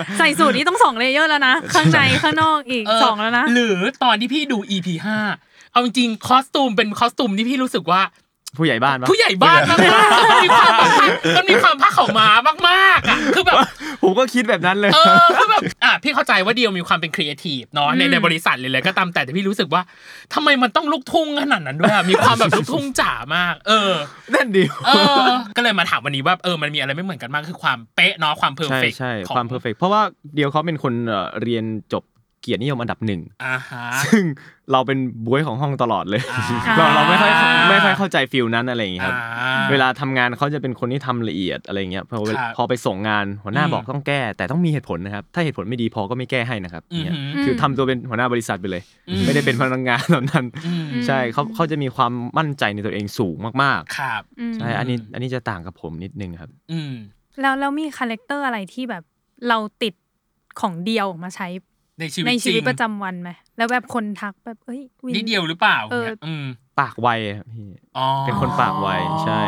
อ ใส่สูทนี่ต้องสองเลเยอร์แล้วนะ ข้างในข้างนอกอีก เ สองแล้วนะ หรือตอนที่พี่ดู EP ห้าเอาจริงๆคอสตูมเป็นคอสตูมที่พี่รู้สึกว่า ผู้ใหญ่บ้านปะ ผู้ใหญ่บ้านมากๆมันมีความมันมีความพักของหมามากๆอ่ะคือแบบ ผมก็คิดแบบนั้นเลย เออคือแบบอ่ะพี่เข้าใจว่าเดียวมีความเป็นครีเอทีฟเนาะในในบริษัทเลยเลยก็ตามแต่แต่พี่รู้สึกว่าทำไมมันต้องลูกทุ่งขนาดนั้นด้วยอ่ะมีความแบบลูกทุ่งจ๋ามาก เออ นั่นดี เออ ก็เลยมาถามวันนี้ว่าเออมันมีอะไรไม่เหมือนกันบ้างคือความเป๊ะเนาะความเพอร์ ใช่ เฟก ใช่ความเพอร์เฟกเพราะว่าเดียวเขาเป็นคนเอ่อเรียนจบเกียรตินิยมอันดับหนึ่ง อ่าฮะ ซึ่งเราเป็นบวยของห้องตลอดเลย อ่า เราเราไม่ค่อยไม่ค่อยเข้าใจฟิลนั้นอะไรอย่างเงี้ยครับ อ่า เวลาทำงานเขาจะเป็นคนที่ทำละเอียดอะไรเงี้ยพอเวคลารับ พอไปส่งงานหัวหน้า อืม บอกต้องแก้ แต่ต้องมีเหตุผลนะครับ ถ้าเหตุผลไม่ดีพอก็ไม่แก้ให้นะครับ อืม เนี่ย หืม ม คือทำตัวเป็นหัวหน้าบริษัทไปเลย อืม ไม่ได้เป็นพนักงานตอนนั้น อืม ใช่เขาเขาจะมีความมั่นใจในตัวเองสูงมาก ครับ อืม ๆใช่อันนี้อันนี้จะต่างกับผมนิดนึงครับ อืม แล้วแล้วมีคาแรคเตอร์อะไรที่แบบเราติดของเดียวมาใช้ ในชีวิต ในชีวิต จง ประจำวันไหมแล้วแบบคนทักแบบเอ้ยวิน นิดเดียวหรือเปล่า เออ เนี่ยอืม ปากไวอะพี่ อ๋อ เป็นคนปากไวใช่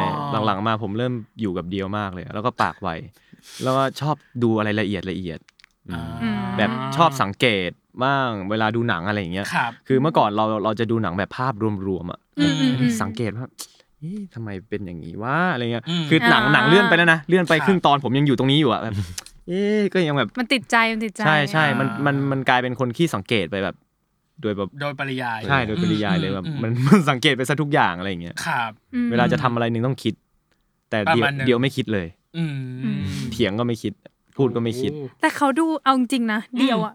หลังๆมาผมเริ่มอยู่กับเดียวมากเลย แล้วก็ปากไวแล้วก็ชอบดูอะไรละเอียดละเอียดอื อ่าม แบบชอบสังเกตบ้างเวลาดูหนังอะไรอย่างเงี้ย ครับ คือเมื่อก่อนเราเราจะดูหนังแบบภาพรวมๆอ่ะ อืมอืมอืม สังเกตว่าเอ๊ะทำไมเป็นอย่างนี้วะอะไรเงี้ย อืม คือหนัง อ่า หนังเลื่อนไปแล้วนะเลื่อนไป ครับ ครึ่งตอนผมยังอยู่ตรงนี้อยู่อ่ะ *laughs* แบบเอ๊ะก็ยังแบบ มันติดใจมันติดใจ ใช่ใช่ อ่ามั มันมันมันกลายเป็นคนขี้สังเกตไปแบบ โดยแบบ โดยปริยาย ใช่โดยปริยายเลยแบบ อื มันมันสังเกตไปซะทุกอย่างอะไรเงี้ย ครับ อืม เวลาจะทำอะไรหนึ่งต้องคิด แต่ ประ เดียว มาณหนึ่ง เดียวไม่คิดเลย อืม อืม เถียงก็ไม่คิด พูดก็ไม่คิด แต่เขาดูเอาจริงๆนะ เดียวอะ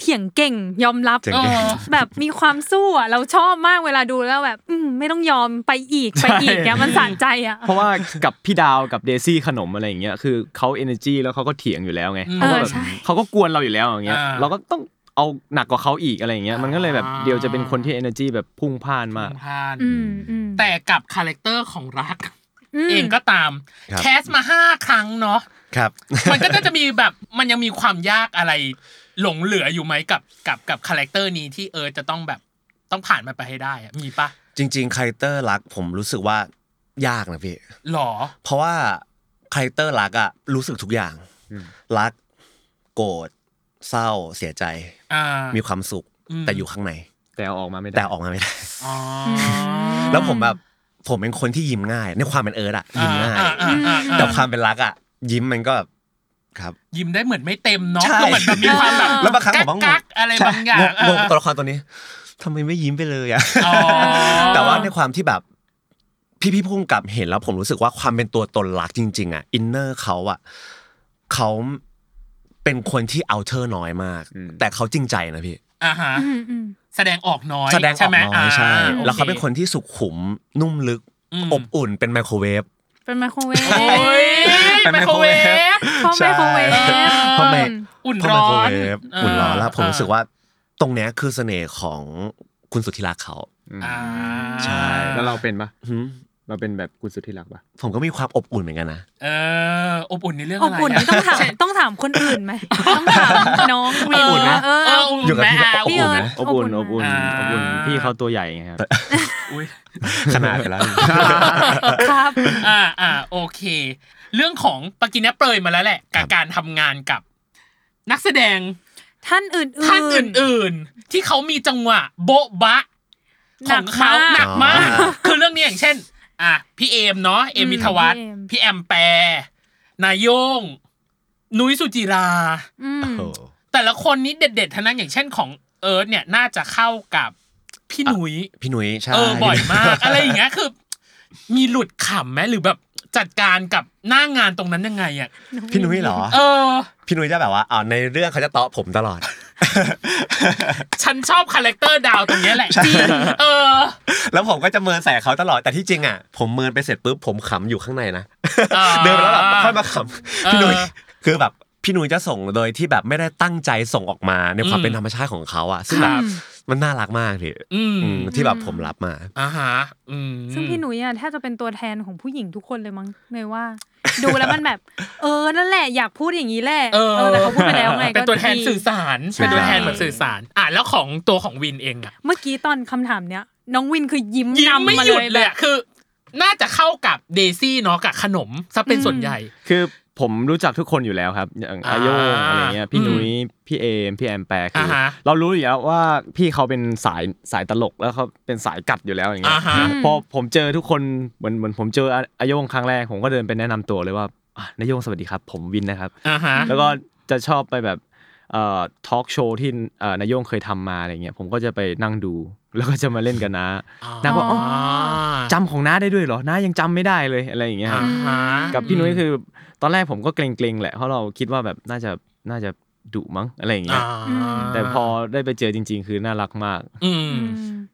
เถียงเก่งยอมรับ เจ๋ง เอ เก่ง อ แบบมีความสู้อ่ะเราชอบมากเวลาดูแล้วแบบอืมไม่ต้องยอมไปอีกไปอีก ใช่ เนี่ยมันสะใจอ่ะ เพราะว่ากับพี่ดาวกับเดซี่ขนมอะไรอย่างเงี้ยคือเขาเอเนจีแล้วเขาก็เถียงอยู่แล้วไง อืม เขาก็เอบแบอใช่ เขาก็กวนเราอยู่แล้วอย่างเงี้ย อ่า เราก็ต้องเอาหนักกว่าเขาอีกอะไรอย่างเงี้ยมันก็เลยแบบ อ่า เดียวจะเป็นคนที่เอเนจีแบบพุ่งพ่านมาก ผ่าน อืมอืม แต่กับคาแรคเตอร์ของรัก ม เองก็ตาม ครับ แคสมาห้าครั้ง *laughs* เนาะ ครับ มันก็จะมีแบบมันยังมีความยากอะไร หลงเหลืออยู่ไหมกับกับกับคาแรคเตอร์นี้ที่เออจะต้องแบบต้องผ่านมันไปให้ได้อะมีปะ จริงๆคาแรคเตอร์รักผมรู้สึกว่ายากนะพี่ หรอ เพราะว่าคาแรคเตอร์รักอะรู้สึกทุกอย่าง อืม รัก โกรธเศร้าเสียใจ อ่า มีความสุข อืม แต่อยู่ข้างใน แต่เอาออกมาไม่ได้ แต่ออกมาไม่ได้ อ๋อ ม แล้วผมแบบผมเป็นคนที่ยิ้มง่าย ในความเป็นเอิร์ดอะยิ้มง่าย อ่อ่าอ่าอ่า แต่ความเป็นรักอะยิ้มมันก็แบบครับ ยิ้มได้เหมือนไม่เต็มเนาะ ใช่ คือเหมือนแบบมีความแบบ แล้วบางครั้งผมก็ง กั ง กๆอะไรบางอย่าง ใช่งง เออ ตัวละครตัวนี้ทำไมไม่ยิ้มไปเลยอะ อ๋อ แต่ว่าในความที่แบบพี่พี่พุ่งกับเห็นแล้วผมรู้สึกว่าความเป็นตัวตนรักจริง ๆอ่ะอินเนอร์เขาอ่ะเขาเป็นคนที่เอาเธอน้อยมาก แต่เขาจริงใจนะพี่ อ่าฮะ อืมอืม แสดงออกน้อย แสดงออก ใช่ไหม น้อยใช่ อ่าโอค แล้วเขาเป็นคนที่สุขุมนุ่มลึก อืม อบอุ่นเป็นไมโครเวฟ เป็นไมโครเวฟ โอ้ย เป็น ไม ไมโคโคร ร เว เว ฟ เพราะไมโครเวฟ ใช่เพราะไม อุ่น เพาะไมโค ร้อน เวฟ เอออุ่ อุ่นร้อนแล้วผม เออ รู้สึกว่าตรงเนี้ยคือเสน่ห์ของคุณสุทธิรักเขา ม อ่า ใช่ แล้วเราเป็นปะ หืม เราเป็นแบบกุศลที่รักปะ ผมก็มีความอบอุ่นเหมือนกันนะ เอออบอุ่นในเรื่อง อ อะ บ ไระ อุ่นไหมต้องถามต้องถามคนอื่นไหมต้องถามน้องวิ อนบอุ่นนะ ว่าเออ เอ อ ออบ อยู่ อุ่น กับ แม่ พี่ก็ อา อบอุ่นนะพี่เอิร์ธอบอุ่นอบอุ่น อ่า อบอุ่นพี่เขาตัวใหญ่ไงครับ อุ้ย ขนาด *laughs* ไปแล้ว ครับ อ่าอ่าโอเค เรื่องของปากินเนยเปรยมาแล้วแหละกับการทำงานกับ นักแสดง ท่านอื่นๆ ท่านอื่น ๆ ที่เขามีจังหวะ โบ๊ะบะของเขาห ห นั นั ก ก มาก อ๋อ คือเรื่องนี้อย่างเช่น อ่ะพี่เอมเนาะเอมมิทวัฒน์ อืมพี่ พี่ เอ แอ ม มแปรนายโยง นุ้ยสุจิรา อืม โอ้โห แต่ละคนนี้เด็ดๆทั้งนั้นอย่างเช่นของเอิร์ธเนี่ยน่าจะเข้ากับพี่หนุย พี่หนุ่ยใช่ เออบ่อยมาก อะไรอย่างเงี้ยคือ มีหลุดขำไหมหรือแบบจัดการกับหน้างานตรงนั้นยังไงอ่ะ พี่นุ้ยเหรอ เออ พี่นุ้ยจะแบบว่าอ่าในเรื่องเขาจะเตาะผมตลอด ฉันชอบคาแรคเตอร์ดาวตรงเนี้ยแหละจริงเออ แล้วผมก็จะเมินใส่เขาตลอด แต่ที่จริงอ่ะ ผมเมินไปเสร็จปุ๊บผมขำอยู่ข้างในนะ ออ เดินไปแล้วแบบค่อยมาข เออ ำพี่นุ้ยคือแบบพี่นุ้ยจะส่งโดยที่แบบไม่ได้ตั้งใจส่งออกมาในความ อืม เป็นธรรมชาติของเขาอ่ะ ซึ่งแบบมันน่ารักมากพี่ อืม อืมที่แบบผมรับมา อ่าฮะอืม ซึ่งพี่หนุ่ยอ่ะแทบจะเป็นตัวแทนของผู้หญิงทุกคนเลยมั้งเลยว่า ดูแล้วมันแบบ เออนั่นแหละอยากพูดอย่างนี้แหละ เออ แต่เขาพูดไปแล้วไง เป็น ก็ ตัวแทน ดี สื่อสาร ใช่ เป็นตัวแทนเหมือนสื่อสาร อ่ะแล้วของตัวของวินเองอ่ะ เมื่อกี้ตอนคำถามเนี้ยน้องวินคือยิ้ม ยิ้มไม่ นำมา หยุด ย เล แบ ย บ อะคือ น่าจะเข้ากับเดซี่เนาะกับขนมซะเป็นส่วนใหญ่ คือผมรู้จักทุกคนอยู่แล้วครับ อย่างอาโยงอะไรเงี้ยพี่หนุ้ยพี่เอมพี่แอมแปรคืออา ฮะ เรารู้อยู่แล้วว่าพี่เขาเป็นสายสายตลกแล้วเขาเป็นสายกัดอยู่แล้วอย่างเงี้ย อ่าฮะ พอผมเจอทุกคนเหมือนเหมือนผมเจออาอาโยงครั้งแรกผมก็เดินไปแนะนำตัวเลยว่าอ่ะนายโยงสวัสดีครับ ผมวิน *laughs* นะครับ อ่าฮะ แล้วก็จะชอบไปแบบเอ่อทอล์กโชว์ที่เอ่อนายโยงเคยทำมาอะไรเงี้ยผมก็จะไปนั่งดู แล้วก็จะมาเล่นกันนะน้าก็อ๋อจำของน้าได้ด้วยเหรอน้ายังจำไม่ได้เลยอะไรอย่างเงี้ยครับ กับพี่นุ้ยคือตอนแรกผมก็เกรงๆแหละเพราะเราคิดว่าแบบน่าจะน่าจะดุมั้งอะไรอย่างเงี้ยแต่พอได้ไปเจอจริง ๆ คือน่ารักมาก อืม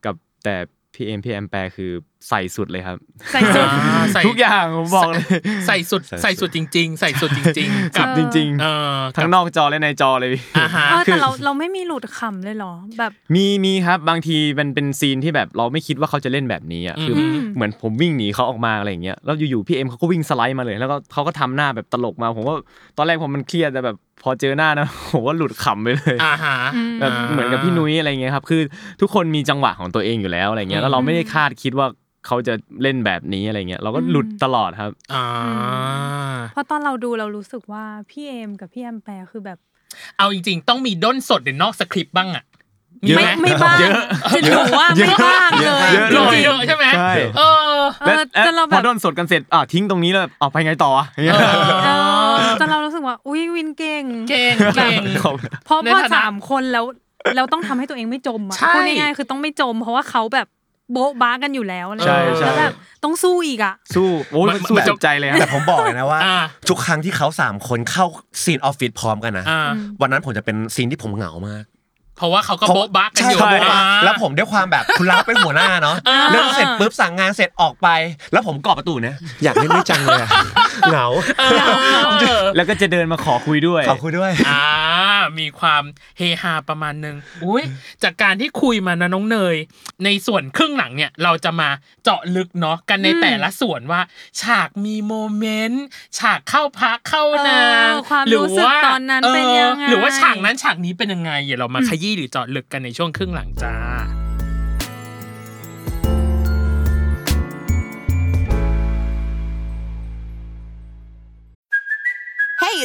กับแต่พี่เอ็มพี่แอมแปรคือใส่สุดเลยครับ ใส่สุด อ่าใส่ ทุก *laughs* อย่างผมบอกเลย ใส่สุดใส่สุดจริง ๆ ใส่สุดจริง ๆ กับ จริง เออ ๆ ทั้งนอกจอและในจอเลย อ่าฮะ เออแต่เราเราไม่มีหลุดคำเลยเหรอแบบ มีมีครับบางทีมันเป็นซีนที่แบบเราไม่คิดว่าเขาจะเล่นแบบนี้อ่ะคืออ ม เหมือนผมวิ่งหนีเขาออกมาอะไรอย่างเงี้ยแล้วอยู่ๆพี่เอ็มเขาก็วิ่งสไลด์มาเลย แล้วก็เขาก็ทำหน้าแบบตลกมา ผมก็ตอนแรกผมมันเครียดแต่แบบ พอเจอหน้านะ *laughs* ผมก็หลุดขำไปเลย อ่าฮะ แบบเหมือนกับพี่นุ้ยอะไรเงี้ยครับคือทุกคนมีจังหวะของตัวเองอยู่แล้วอะไรเงี้ยแล้วเราไม่ได้คาดคิดว่าเขาจะเล่นแบบนี้อะไรเงี้ยเราก็หลุดตลอดครับ อ่า เพราะตอนเราดูเรารู้สึกว่าพี่เอมกับพี่แอมแปรคือแบบ เอาจริง ๆ ต้องมีด้นสดหรือนอกสคริปต์บ้างอ่ะมีไหม ไม่ไม่บ้าง เยอะ จะหนูว่า เย ไม่ อะ บ้างเลย เยอะ เย ล อะ จริง เยอะใช่ไหม ใช่ เออ ๆเออจนเรา พ แบ อบ โดนสดกันเสร็จอ่ะทิ้งตรงนี้แล้วเอาไปไงต่ออ่ะเงี้ย เออจนเรารู้สึกว่า อุ้ยวินเก่ง เก่งเก่ง ครับ เพราะ ใน พอ ฐานะ สามคนแล้วเราต้องทำให้ตัวเองไม่จมอ่ะ ใช่ พูดง่ายๆคือต้องไม่จม เพราะว่าเขาแบบโบ๊ะบ้ากันอยู่แล้วอะไร ใช่ อย่างเงี้ย ใช่ แล้วแบบต้องสู้อีกอ่ะ สู้โอ้ยมันสู้ มันจะ สุดใจเลยค แต่ รับ ผมบอกเลยนะว่า อ่า ทุกครั้งที่เขาสามคนเข้าซีนออฟฟิศพร้อมกันนะ อ่า วันนั้นผมจะเป็นซีนที่ผมเหงามาก เพราะว่าเขาก็ ผม โบ๊ะบ้ากัน ใช่ อยู่ ผมโบ๊ะบะ อ่า แล้วผมด้วยความแบบ *laughs* คุณรับเป็นหัวหน้าเนาะ อ่า เริ่มเสร็จปุ๊บสั่งงานเสร็จออกไป แล้วผมกอบประตูเนี่ยอยากเล่นด้วยจังเลยอะ *laughs* เหงา เออ แล้วก็จะเดินมาขอคุยด้วย ขอบคุณด้วย อ่ามีความเฮฮาประมาณนึงอุ้ยจากการที่คุยมานะน้องเนย ในส่วนครึ่งหลังเนี่ย เราจะมาเจาะลึกเนาะกันใน อืม แต่ละส่วนว่า ฉากมีโมเมนต์ฉากเข้าพักเข้านาง เออความรู้สึกตอนนั้นเป็นยังไง หรือว่าฉากนั้นฉากนี้เป็นยังไงเดี๋ยวเรามาขยี้หรือเจาะลึกกันในช่วงครึ่งหลังจ้า Hey,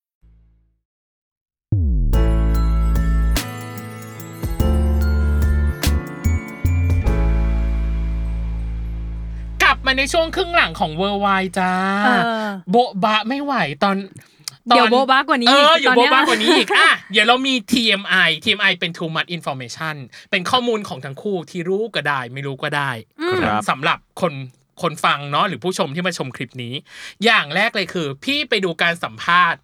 กลับมาในช่วงครึ่งหลังของเวอร์ไวจ้า เออ โบะบะไม่ไหวตอน เดี๋ยวโบ๊ะบะกว่านี้ เออ อีก เดี๋ยว ตอนเนี้ยโบะบะกว่านี้ *laughs* อีกอ่ะเดี๋ยวเรามี TMI TMI เป็น too much information เป็นข้อมูลของทั้งคู่ที่รู้ก็ได้ ไม่รู้ก็ได้ ครับ สำหรับคนคนฟังเนาะหรือผู้ชมที่มาชมคลิปนี้ อย่างแรกเลยคือ พี่ไปดูการสัมภาษณ์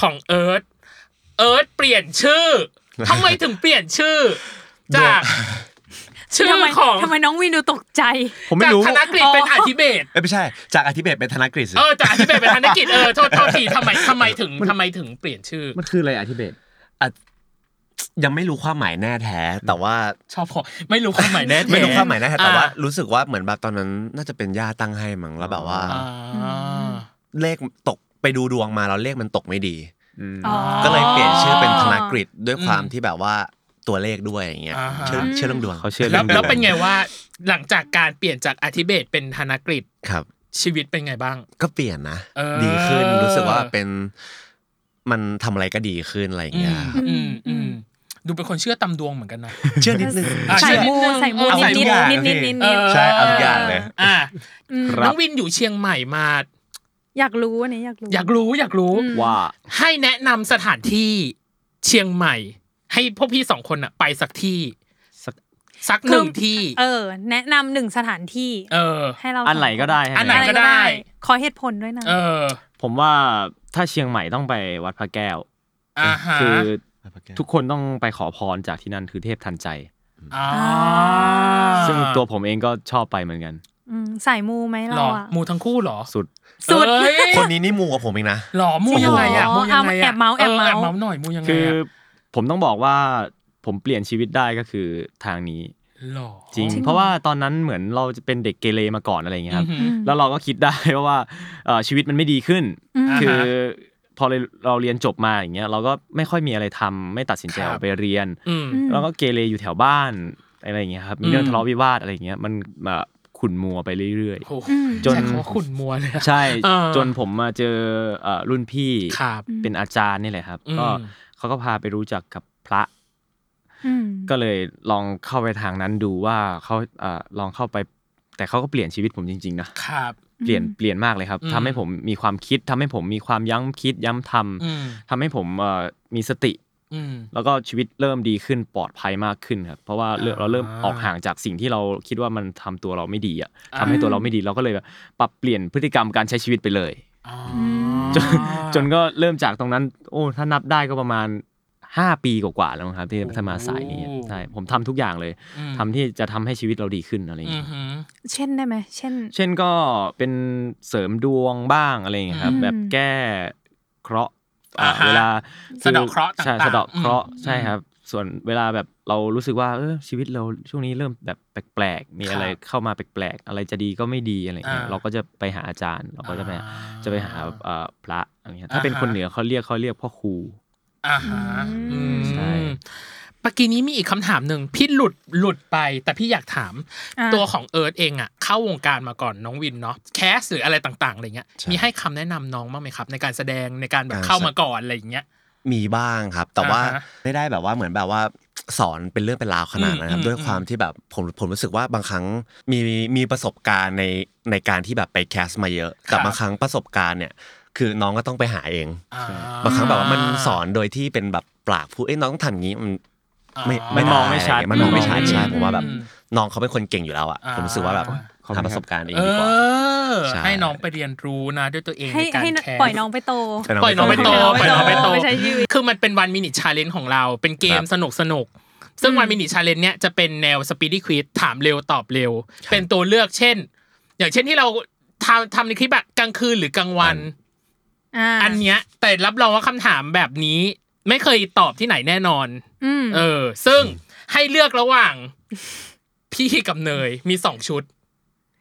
ของเอิร์ธเอิร์ธเปลี่ยนชื่ *laughs* อทำไมถึงเปลี่ยนชื่อ จากชื่อ ทำไม ของ ทำไมน้องวินดูตกใจ ผมไม่ จาก รู้ ธนกฤษเป็นอธิเบศ เอ้ยไม่ใช่ จากอธิเบศเป็นธนกฤษสิ เออจากอธิเบศเป็นธนกิจเออโทษโทษทีทำไมทำไมถึงทำไมถึงเปลี่ยนชื่อ มันคืออะไรอธิเบศ ยังไม่รู้ความหมายแน่แท้ แต่ว่า ชอบพอไม่รู้ความหมายแน่ ไม่รู้ความหมายแน่แท้แต่ว่า อ่ รู้สึกว่าเหมือนแบบตอนนั้น น่าจะเป็นย่าตั้งให้มั้งแล้วแบบว่า อ่า เลขตกไปดูดวงมาแล้วเลขมันตกไม่ดี อ๋อ ก็เลยเปลี่ยนชื่อเป็นธนกฤษด้วยความที่แบบว่าตัวเลขด้วยอย่างเงี้ยเชื่อเชื่อเรื่องดวง เขาเชื่อ แล้วแล้วเป็นไงว่าหลังจากการเปลี่ยนจากอธิเบศเป็นธนกฤษ ครับ ชีวิตเป็นไงบ้าง ก็เปลี่ยนนะ เออ ดีขึ้นรู้สึกว่าเป็นมันทำอะไรก็ดีขึ้นอะไรอย่างเงี้ยครับ อืมอืมดูเป็นคนเชื่อตำดวงเหมือนกันนะ เชื่อนิดนึง อ่ะ ใส่มูใส่มู เอาใส่ นิด ทุกอย่าง นิดนิด อะพี่ นิดนิด ใช่เอาทุกอย่างเลย อ่า ครับ น้องวินอยู่เชียงใหม่มา อยากรู้อันนี้อยากรู้ อยากรู้อยากรู้ ว่า ให้แนะนำสถานที่เชียงใหม่ ให้พวกพี่สองคนอะไปสักที่ สัก สักหนึ่งที่ เออ แนะนำหนึ่งสถานที่ เออ ให้เรา อันไหนก็ได้ อันใช่ไห ไห ม น ก็ได้ ขอเหตุผลด้วยนะ เออ ผมว่าถ้าเชียงใหม่ต้องไปวัดพระแก้ว อ่าฮะ คือทุกคนต้องไปขอพรจากที่นั่นคือเทพทันใจ อ่า ซึ่งตัวผมเองก็ชอบไปเหมือนกัน อืมสายมูไหม หร เรา อ อ่ะ มูทั้งคู่หรอ สุด สุด เอ้ย คนนี้นี่มูกับผมเองนะ หรอมูยังไงอะมูยังไงเอาอะแอบเมาส์แอบเมาส์ เมาส์หน่อยมูยังไง คือ อะ ผมต้องบอกว่าผมเปลี่ยนชีวิตได้ก็คือทางนี้ หรอ จริง เพราะว่าตอนนั้นเหมือนเราจะเป็นเด็กเกเรมาก่อนอะไรอย่างเงี้ยครับ อืม แล้วเราก็คิดได้ว่าเอ่อชีวิตมันไม่ดีขึ้น อ่าฮะ คือพอเราเรียนจบมาอย่างเงี้ยเราก็ไม่ค่อยมีอะไรทำไม่ตัดสินใจ ครับ ออกไปเรียน อืม แล้วก็เกเรอยู่แถวบ้านอะไรอย่างเงี้ยครับมีเรื่องทะเลาะวิวาทอะไรอย่างเงี้ยมันมาขุ่นมัวไปเรื่อย โอ้โห จน ใช้คำว่าขุนมัวเลยอะ ๆ ใช่ เออ จนผมมาเจอเอ่อรุ่นพี่ ครับ เป็นอาจารย์นี่แหละครับ อืม ก็เขาก็พาไปรู้จักกับพระ อืม ก็เลยลองเข้าไปทางนั้นดูว่าเขาเอ่อลองเข้าไป แต่เขาก็เปลี่ยนชีวิตผมจริงๆนะครับ เปลี่ยนเปลี่ยนมากเลยครับ อืม ทำให้ผมมีความคิดทำให้ผมมีความย้ำคิดย้ำทำ อืม ทำให้ผมเอ่อมีสติ อืม แล้วก็ชีวิตเริ่มดีขึ้นปลอดภัยมากขึ้นครับ เพราะว่าเริ่ม อ่า เราเริ่มออกห่างจากสิ่งที่เราคิดว่ามันทำตัวเราไม่ดีอ่ะ อ่า ทำให้ตัวเราไม่ดีเราก็เลยแบบปรับเปลี่ยนพฤติกรรมการใช้ชีวิตไปเลย อ๋อ จนจนก็เริ่มจากตรงนั้น โอ้ถ้านับได้ก็ประมาณ 5 ปีกว่าๆแล้วมั้งครับที่พัฒนาสายนี้ใช่ผมทำทุกอย่างเลย อืม ทำที่จะทำให้ชีวิตเราดีขึ้นอะไรอย่าง อื เงี้ ม ย ฮึ เช่นได้ไหม เช่น เช่นก็เป็นเสริมดวงบ้างอะไรอย่างเงี้ยครับ อืม แบบแก้เคราะห์อ่า อ่ฮะ เวลา สะเดาะเคราะห์ต่างๆ ใช่สะเดาะเคราะห์ อืม ใช่ครับ ส่วนเวลาแบบ เรารู้สึกว่าเออชีวิตเราช่วงนี้เริ่มแบบแปลกๆ มีอะไร ครับ เข้ามาแปลกๆ อะไรจะดีก็ไม่ดีอะไรเงี้ย อ่า เราก็จะไปหาอาจารย์ เราก็จะไปหา อ่า จะไปหาเอ่อพระอะไรเงี้ยถ้า อ่า เป็นคน ฮะ เหนือเขาเรียกเขาเรียกพ่อครู อ่าฮะอืม ใช่ ปะกี้นี้มีอีกคำถามหนึ่งพี่หลุดหลุดไป แต่พี่อยากถาม อ่ะ ตัวของเอิร์ธเองอะเข้าวงการมาก่อนน้องวินเนาะแคสหรืออะไรต่างๆอะไรเงี้ย ใช่ มีให้คำแนะนำน้องบ้างไหมครับ ในการแสดงในการแบบเข้ามาก่อนอะไรอย่างเงี้ย มีบ้างครับ แต่ว่า อ่าฮะ ไม่ได้แบบว่าเหมือนแบบว่าสอนเป็นเรื่องเป็นราวขนาดนั้นครั อื บ ม ด้วยความที่แบบผมผมรู้สึกว่าบางครั้งมีมีประสบการณ์ในในการที่แบบไปแคสมาเยอะ แต่ ครับ บางครั้งประสบการณ์เนี่ย คือน้องก็ต้องไปหาเอง อ่ บางครั้งแบบว่ามันสอนโดยที่เป็นแบบปากพูดเอ้ยน้องต้องทำอย่างนี้มันไม่ า มันมองไม่ชัด มันมองไม่ชัด อืม ใช่ผมว่าแบบ อืม น้องเขาเป็นคนเก่งอยู่แล้วอ่ะ อ่า ผมรู้สึกว่าแบบ ขอบคุณหาปครับระสบการณ์เอง เอ ดีกว่า อ ใช่ ให้น้องไปเรียนรู้นะ ด้วยตัวเอง ให้ ในการ ให้ แคส ปล่อยน้องไปโต ปล่อยน้องไปโตป ป ล่ ล่ อ อยยน้อง งน้อไป ไป โต โต ไม่ใช่ยืด คือมันเป็นวันมินิชาเลนจ์ของเรา เป็นเกคมรับ สนุกสนุก ซึ่งวันมินิชาเลนจ์เนี่ยจะเป็นแนวสปีดดี้ควิสถามเร็วตอบเร็ว เป็นตัวเลือกเช่น อย่างเช่นที่เราทำทำในคลิปอะกลางคืนหรือกลางวัน อ่า อันเนี้ย แต่รับรองว่าคำถามแบบนี้ไม่เคยตอบที่ไหนแน่นอน อืม เออ ซึ่งให้เลือกระหว่าง *laughs* พี่กับเนยมีสองชุด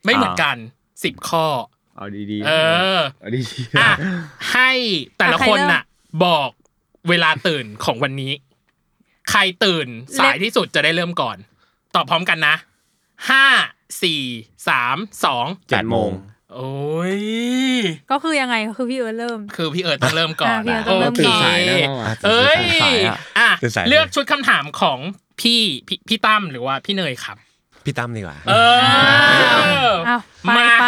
ไม่เหมือนกันสิบข้อ เอาดีๆ เออ เอาดีๆ อ่ะให้แต่ละคนน่ะ บอกเวลาตื่นของวันนี้ ใครตื่นสายที่สุดจะได้เริ่มก่อน ตอบพร้อมกันนะห้าสี่สามสอง แปดโมง โอ้ย ก็คือยังไงก็คือพี่เอิร์ธเริ่ม คือพี่เอิร์ธต้องเริ่มก่อน อ่ะพี่เอิร์ธต้องโอเริ่ม เค ก่อน เอ้ยอ่ะ ตื่นสาย เลือกชุดคำถามของพี่พี่พี่ตั้มหรือว่าพี่เนยครับ พี่ตั้มดีกว่า เออ เอาไป มา ไป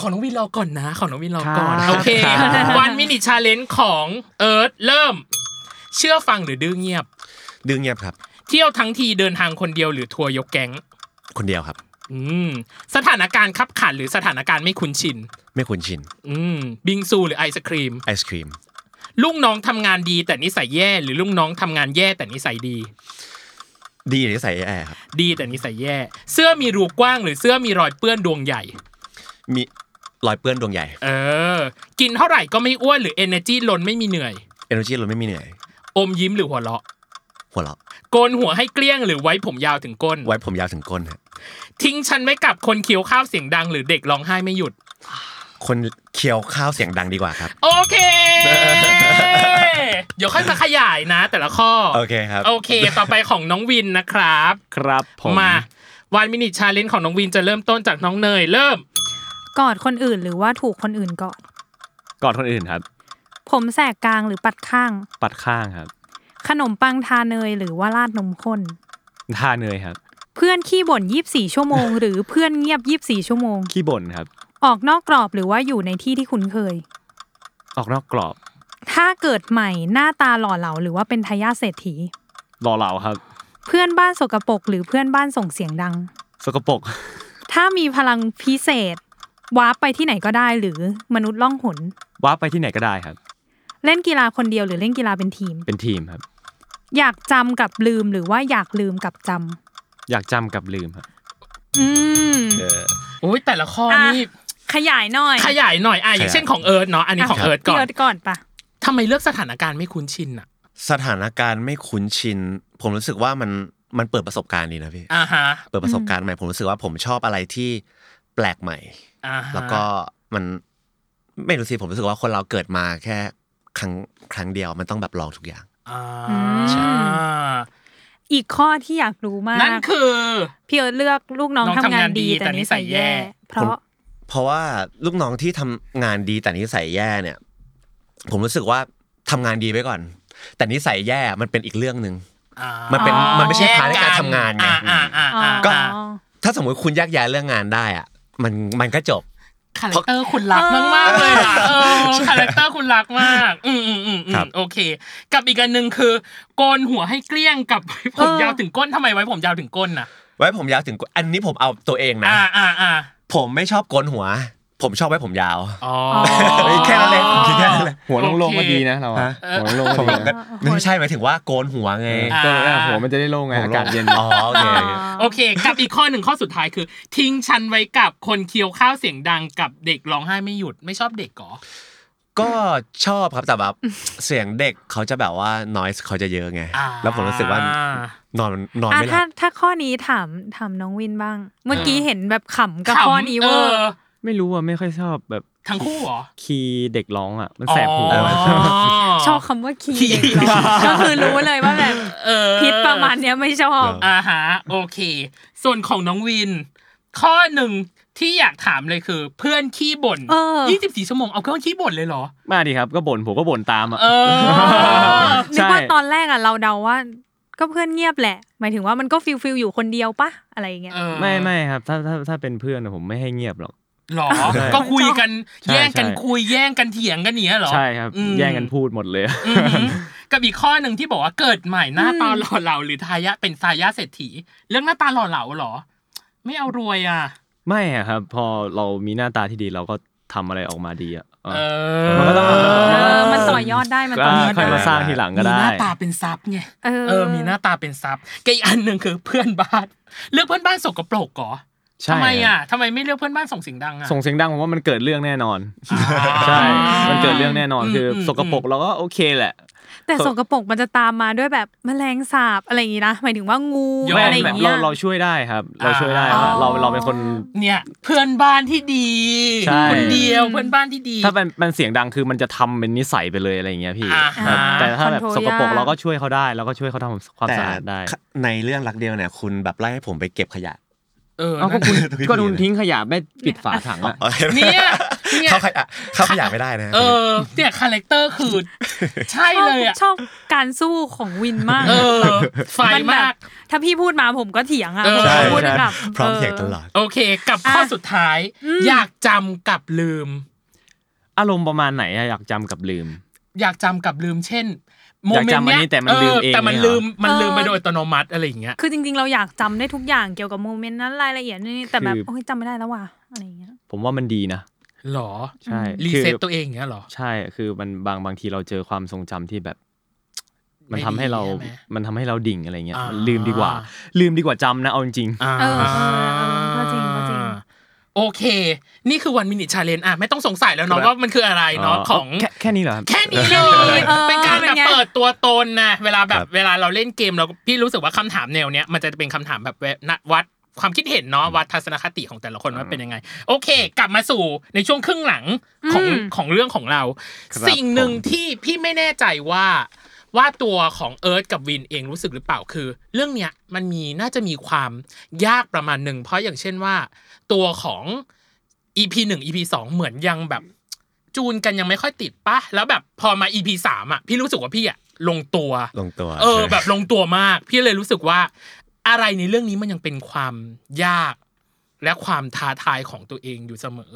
ขอน้องวินรอก่อนนะ ขอน้องวินรอก่อน ครับ โอเค ครับ วันมินิชาเลนจ์ของเอิร์ธเริ่ม เชื่อฟังหรือดื้อเงียบ ดึงเงียบครับ เที่ยวทั้งทีเดินทางคนเดียวหรือทัวร์ยกแก๊ง คนเดียวครับ อืม สถานการณ์คับขันหรือสถานการณ์ไม่คุ้นชิน ไม่คุ้นชิน อืม บิงซูหรือไอศครีม ไอศครีม ลูกน้องทำงานดีแต่นิสัยแย่หรือลูกน้องทำงานแย่แต่นิสัยดี ดีหรือใส่แอร์ครับ ดีแต่นิสัยแย่ เสื้อมีรูกว้างหรือเสื้อมีรอยเปื้อนดวงใหญ่ มีรอยเปื้อนดวงใหญ่ เออ กินเท่าไหร่ก็ไม่อ้วนหรือ energy ล้นไม่มีเหนื่อย energy เราไม่มีเหนื่อย อมยิ้มหรือหัวเราะ หัวเราะ โกนหัวให้เกลี้ยงหรือไว้ผมยาวถึงก้น ไว้ผมยาวถึงก้นฮะ ทิ้งฉันไว้กับคนเคี้ยวข้าวเสียงดังหรือเด็กร้องไห้ไม่หยุด คนเคี้ยวข้าวเสียงดังดีกว่าครับ โอเค เดี๋ยวค่อยมาขยายนะ แต่ละข้อ โอเคครับ โอเค ต่อไปของน้องวินนะครับ ครับผม มาวันมินิชาเลนของน้องวินจะเริ่มต้นจากน้องเนย เริ่ม กอดคนอื่นหรือว่าถูกคนอื่นกอด กอดคนอื่นครับ ผมแสกกลางหรือปัดข้าง ปัดข้างครับ ขนมปังทาเนยหรือว่าราดนมข้น ทาเนยครับ เพื่อนขี้บ่น24 ชั่วโมง หรือเพื่อนเงียบ 24 ชั่วโมง ขี้บ่นครับ ออกนอกกรอบหรือว่าอยู่ในที่ที่คุ้นเคย ออกนอกกรอบ ถ้าเกิดใหม่หน้าตาหล่อเหลาหรือว่าเป็นทายาทเศรษฐี รอเหลาครับ เพื่อนบ้านสกปรกหรือเพื่อนบ้านส่งเสียงดัง สกปรก ถ้ามีพลังพิเศษว้าร์ปไปที่ไหนก็ได้หรือมนุษย์ล่องหน ว้าร์ปไปที่ไหนก็ได้ครับ เล่นกีฬาคนเดียวหรือเล่นกีฬาเป็นทีม เป็นทีมครับ อยากจำกับลืมหรือว่าอยากลืมกับจ อยากจำกับลืมครับ ำอืม โอ้ยแต่ละข้อนี่ ขยายหน่อย ขยายหน่อยอ่ะอย่างเช่นของเอิร์ธเนาะ อันนี้ของเอิร์ธก่อ พี่ น เอิร์ธก่อนปะ ทำไมเลือกสถานการณ์ไม่คุ้นชินอ่ะ สถานการณ์ไม่คุ้นชิน ผมรู้สึกว่ามันมันเปิดประสบการณ์ดีนะพี่ อ่าฮะ เปิดประสบการณ์ใหม่ ผมรู้สึกว่าผมชอบอะไรที่แปลกใหม่ อ่าฮะ แล้วก็มันไม่รู้สิผมรู้สึกว่าคนเราเกิดมาแค่ครั้งครั้งเดียวมันต้องแบบลองทุกอย่าง อ่า อีกข้อที่อยากรู้มาก นั่นคือ พี่เอิร์ธเลือกลูกน้อง น้องทำงางทำาน น ดี ดี แต่ แต่ นิ นิ สั สั ย ย แย่ แย่ เพราะ เพราะว่าลูกน้องที่ทำงานดีแต่นิสัยแย่เนี่ย ผมรู้สึกว่าทำงานดีไว้ก่อน แต่นิสัยแย่มันเป็นอีกเรื่องหนึ่ง อ่า มันเป็นมันไม่ใช่พาร์ทในการทำงานไง อ่าอ่าอ่าอ่า ก็ อ่า ถ้าสมมติคุณแยกย้ายเรื่องงานได้อะมันมันก็จบ คาแรคเตอร์คุณรักมากมากๆเลยอ่ะเออคาแรคเตอร์คุณรักมาก อืมอืมอืมอืม ครับ โอเค กับอีกอันหนึ่งคือโกนหัวให้เกลี้ยงกับ *laughs* ไว้ผมยาวถึงก้นทำไมไว้ผมยาวถึงก้นน่ะ ไว้ผมยาวถึงอันนี้ผมเอาตัวเองนะ อ่าอ่าอ่า ผมไม่ชอบโกนหัว ผมชอบไว้ผมยาว อ๋อ แค่นั้นเลยผมคิดแค่นั้นเลย หัวโล่งๆก็ดีนะเราอะ ฮะ หัวโล่งๆก็ดีนะ ไม่ใช่หมายถึงว่าโกนหัวไง ก็ได้หัวมันจะได้โล่งไงอากาศเย็น อ๋อโอเค โอเค กับอีกข้อหนึ่งข้อสุดท้ายคือ ทิ้งฉันไว้กับคนเคี้ยวข้าวเสียงดังกับเด็กร้องไห้ไม่หยุดไม่ชอบเด็กก่อ ก็ชอบครับแต่แบบ *laughs* เสียงเด็กเขาจะแบบว่า noise เขาจะเยอะไง อ่า แล้วผมรู้สึกว่านอนนอน อ่ะ ไม่ห ถ้า ลับ ถ้าข้อนี้ถามถามน้องวินบ้าง เมื่อกี้เห็นแบบขำกับ ขำ ข้อนี้เวอร์ ไม่รู้อ่ะไม่ค่อยชอบแบบ ทั้งคู่เหรอ คีย์เด็กร้องอ่ะมันแสบหู อ๋อ ชอบคำว่าคีย์ ขี้ เด็กเนาะก็คือรู้เลยว่าแบบ เออ พิษประมาณเนี้ยไม่ชอบ อ่าฮะโอเค ส่วนของน้องวิน ข้อหนึ่งที่อยากถามเลยคือ เพื่อนขี้บ่น เออ ยี่สิบสี่ชั่วโมงเอาเพื่อนขี้บ่นเลยเหรอ มาดิครับก็บ่นผมก็บ่นตามอ่ะ เออ นึก ใช่ ว่าตอนแรกอ่ะเราเดาว่า ก็เพื่อนเงียบแหละ หมายถึงว่ามันก็ฟิลฟิลอยู่คนเดียวปะอะไรอย่างเงี้ย เออ ไม่ไม่ครับ ถ้าถ้าถ้าเป็นเพื่อนอะผมไม่ให้เงียบหรอก หรอ ใช่ ก็คุยกัน ใช่ แย่งกัน ใช่ คุยแย่งกันเถียงกันเนี้ยเหรอ ใช่ครับ อืม แย่งกันพูดหมดเลย อืมกับอีกข้อหนึ่งที่บอกว่าเกิดใหม่หน้าตา อืม หล่อเหลาหรือทายะเป็นทายะเศรษฐี เรื่องหน้าตาหล่อเหลาเหรอ ไม่เอารวยอ่ะ ไม่อะครับ พอเรามีหน้าตาที่ดีเราก็ทำอะไรออกมาดีอ่ะเอ เอ อ อ มันก็ต้อง เออมันต่อยอดได้มันต่ก็อยอด ค่อยมา ได้ สร้างทีหลังก็ มี ได้ หน้าตาเป็นทรัพย์ไง เออ เออ มีหน้าตาเป็นซับกับอีกอันหนึ่งคือเพื่อนบ้าน เลือกเพื่อนบ้านสกปรกก่อ ใช่ ทำไมอ่ะทำไมไม่เลือกเพื่อนบ้านส่งเสียงดังอ่ะ ส่งเสียงดังผมว่ามันเกิดเรื่องแน่นอน อ่า ใช่ มันเกิดเรื่องแน่นอนคืออ ม สกปรกเราก็โอเคแหละ แต่สกปรกมันจะตามมาด้วยแบบแมลงสาบอะไรอย่างงี้นะหมายถึงว่างู ะ ไม่ อะไรอ แบ ย่า บ ง เรา เงี้ย เราช่วยได้ครับ เราช่วยได้ว่าเราเราเป็นคน เนี่ย เพื่อนบ้านที่ดี ใช่ คนเดียวเพื่อนบ้านที่ดี ถ้ามันมันเสียงดังคือมันจะทำเป็นนิสัยไปเลยอะไรอย่างเงี้ยพี่ อ่าฮะ แต่ถ้าแบบ control สกปรก ยาก เราก็ช่วยเขาได้เราก็ช่วยเขาทำความสะอาดได้ ในเรื่องรักเดียวเนี่ยคุณแบบไล่ให้ผมไปเก็บขยะ เออ เอาก็ นั่น คุณ นั่น ก็คุณทิ้งขยะไม่ปิดฝาถังอะ เนี่ย *laughs* เนี่ย เข้าขยะเข้าขยะไม่ได้นะ เออเนี่ยคาแรคเตอร์คือ ใช่ ชอบ เลยอ่ะ ชอบการสู้ของวินมาก เออไฟ นแบบ มาก ถ้า ถ้า พี่ พี่ พู พู ด ด มา มา ผ ผม ม ก็ ก็ เถี เถี ย ย ง ง อะ อ่ะ ผม พูดแบบ พร้อมเถียงตลอด โอเค กับข้อสุดท้าย อยากจำกับลืม อารมณ์ประมาณไหนอะอยากจำกับลืม อยากจำกับลืมเช่นโม อยาก เมน จำ ต์ อัน เนี้ยนี้แต่มันลืมเอง แต่มัน เนี่ยเหรอ ลืมมัน เออ ลืมไปโดยอัตโนมัติอะไรอย่างเงี้ย คือจริง ๆ เราอยากจำได้ทุกอย่างเกี่ยวกับโมเมนต์นั้นรายละเอียดนี่แต่แบบ คือ โอ้ยจำไม่ได้แล้วว่ะอะไรอย่างเงี้ย ผมว่ามันดีนะ หรอ ใช่ รี คือ เซ็ตตัวเองอย่างเงี้ยหรอ ใช่คือมันบางบางทีเราเจอความทรงจำที่แบบ ไม่ มัน ดี ทำให้เรา ใช่ไหม มันทำให้เราดิ่งอะไรเงี้ย อ่ามั นลืมดีกว่า ลืมดีกว่าจำนะเอาจริงๆ เออเออเออก็จริงก็จริง โอเค นี่คือวันมินิชาเลนอ่ะ ไม่ต้องสงสัยแล้วเนาะ ครับ ว่ามันคืออะไรเนาะ อ๋อ ของ แค่แค่นี้เหรอครับ แค่นี้เลย เออ เป็นการแบเป็นบไง เปิดตัวตนนะเวลาแบ ครับ บ เวลาเราเล่นเกมเราพี่รู้สึกว่าคำถามแนวเนี้ยมันจะเป็นคำถามแบบแวะนัดวัดความคิดเห็นเนาะวัดทัศนคติของแต่ละคนว่าเป็นยังไง โอเค กลับมาสู่ในช่วงครึ่งหลังของของเรื่องของเรา ครับ สิ่งหนึ่ง ผม ที่พี่ไม่แน่ใจว่า ว่าตัวของเอิร์ธกับวินเองรู้สึกหรือเปล่าคือ เรื่องเนี้ยมันมีน่าจะมีความยากประมาณหนึ่งเพราะอย่างเช่นว่า ตัวของ EP หนึ่ง EP สองเหมือนยังแบบ จูนกันยังไม่ค่อยติดปะแล้วแบบพอมา EP สามอ่ะพี่รู้สึกว่าพี่อ่ะลงตัว ลงตัว เออ แบบลงตัวมาก พี่เลยรู้สึกว่า อะไรในเรื่องนี้มันยังเป็นความยาก และความท้าทายของตัวเองอยู่เสมอ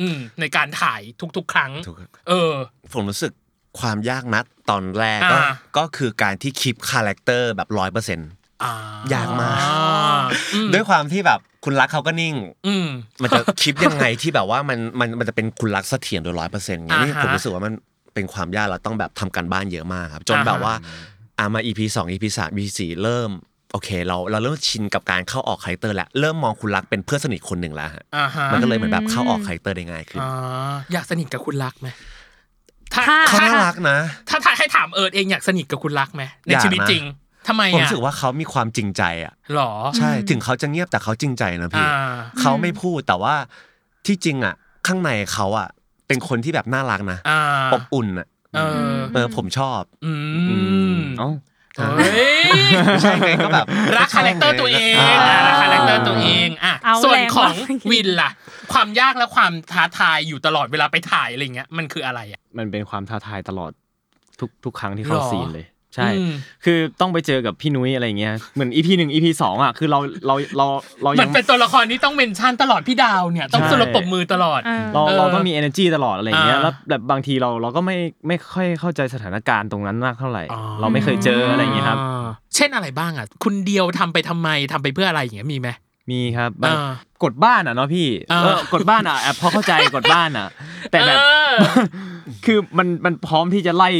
อืม ในการถ่ายทุกๆ ครั้ง ถูกครับ เออ ผมรู้สึกความยากนัดตอนแรกก็ อ่า ก็คือการที่คีปคาแรคเตอร์แบบร้อยเปอร์เซ็นต์ อ่าย ากมาก อืม ด้วยความที่แบบคุณรักเขาก็นิ่ง อืม มันจะคลิปยังไงที่แบบว่ามันมันมันจะเป็นคุณรักเสถียรโดยร้อยเปอร์เซ็นต์ไงนี่ อ่าฮะ ผมรู้สึกว่ามันเป็นความยากเราต้องแบบทำการบ้านเยอะมากครับจน อ่าฮะ แบบว่าอ่ามา EP สอง EP สาม EP สี่เริ่มโอเค เราเราเริ่มชินกับการเข้าออกคาแรคเตอร์แล้วเริ่มมองคุณรักเป็นเพื่อนสนิทคนหนึ่งแล้วฮะ อ่าฮะ มันก็เลยเหมือนแบบเข้าออกคาแรคเตอร์ได้ง่ายขึ้น อ่าอยากสนิทกับคุณรักไหม ถ้า เขาน่ารักนะ ถ้าถ้าให้ถามเอิร์ดเองอยากสนิทกับคุณรักไหมใน อยากนะ ชีวิตจริงทำไม ผม อ่ะ รู้สึกว่าเขามีความจริงใจอ่ะ หรอ ใช่ถึงเขาจะเงียบแต่เขาจริงใจนะพี่ อ่า เขาไม่พูดแต่ว่าที่จริงอ่ะ ข้างในเขาอ่ะเป็นคนที่แบบน่ารักนะ อ่า อบอุ่นอ่ะ เออ เออผมชอบ อืม เอ้า เฮ้ย ไม่ใช่ไงก็แบบ รักคาแรคเตอร์ตัวเองอ่ะรักคาแรคเตอร์ตัวเองอ่ะ เอา ส่วน แรง ของ มาก วินล่ะ ความยากและความท้าทายอยู่ตลอดเวลาไปถ่ายอะไรเงี้ยมันคืออะไรอ่ะ มันเป็นความท้าทายตลอดทุกทุกครั้งที่เข้า หรอ ซีนเลย ใช่ อืม คือต้องไปเจอกับพี่นุ้ยอะไรเงี้ยเหมือนอีพีหนึ่งอีพีสองอ่ะคือเราเราเราเรา มั ยั น ง เป็นตัวละครที่ต้องเมนชั่นตลอดพี่ดาวเนี่ย ต้อง ใช่ สลบปรบมือตลอด เออ เรา เออ เราต้องมี energy ตลอดอะไรเงี้ย อ่า แล้วแบบบางทีเราเราก็ไม่ไม่ค่อยเข้าใจสถานการณ์ตรงนั้นมากเท่าไหร่ อ๋อ เราไม่เคยเจออะไรเงี้ยครับ อ่าเช่นอะไรบ้างอ่ะ คุณเดียวทำไปทำไมทำไปเพื่ออะไรอย่างเงี้ยมีไหม มีครับ อ่าก ดบ้านอ่ะเนาะพี่ อ่า เออกดบ้านอ่ะแอบพอเข้าใจกดบ้านอ่ะ แต่แบบ เออ *laughs* คือมันมันพร้อมที่จะไล่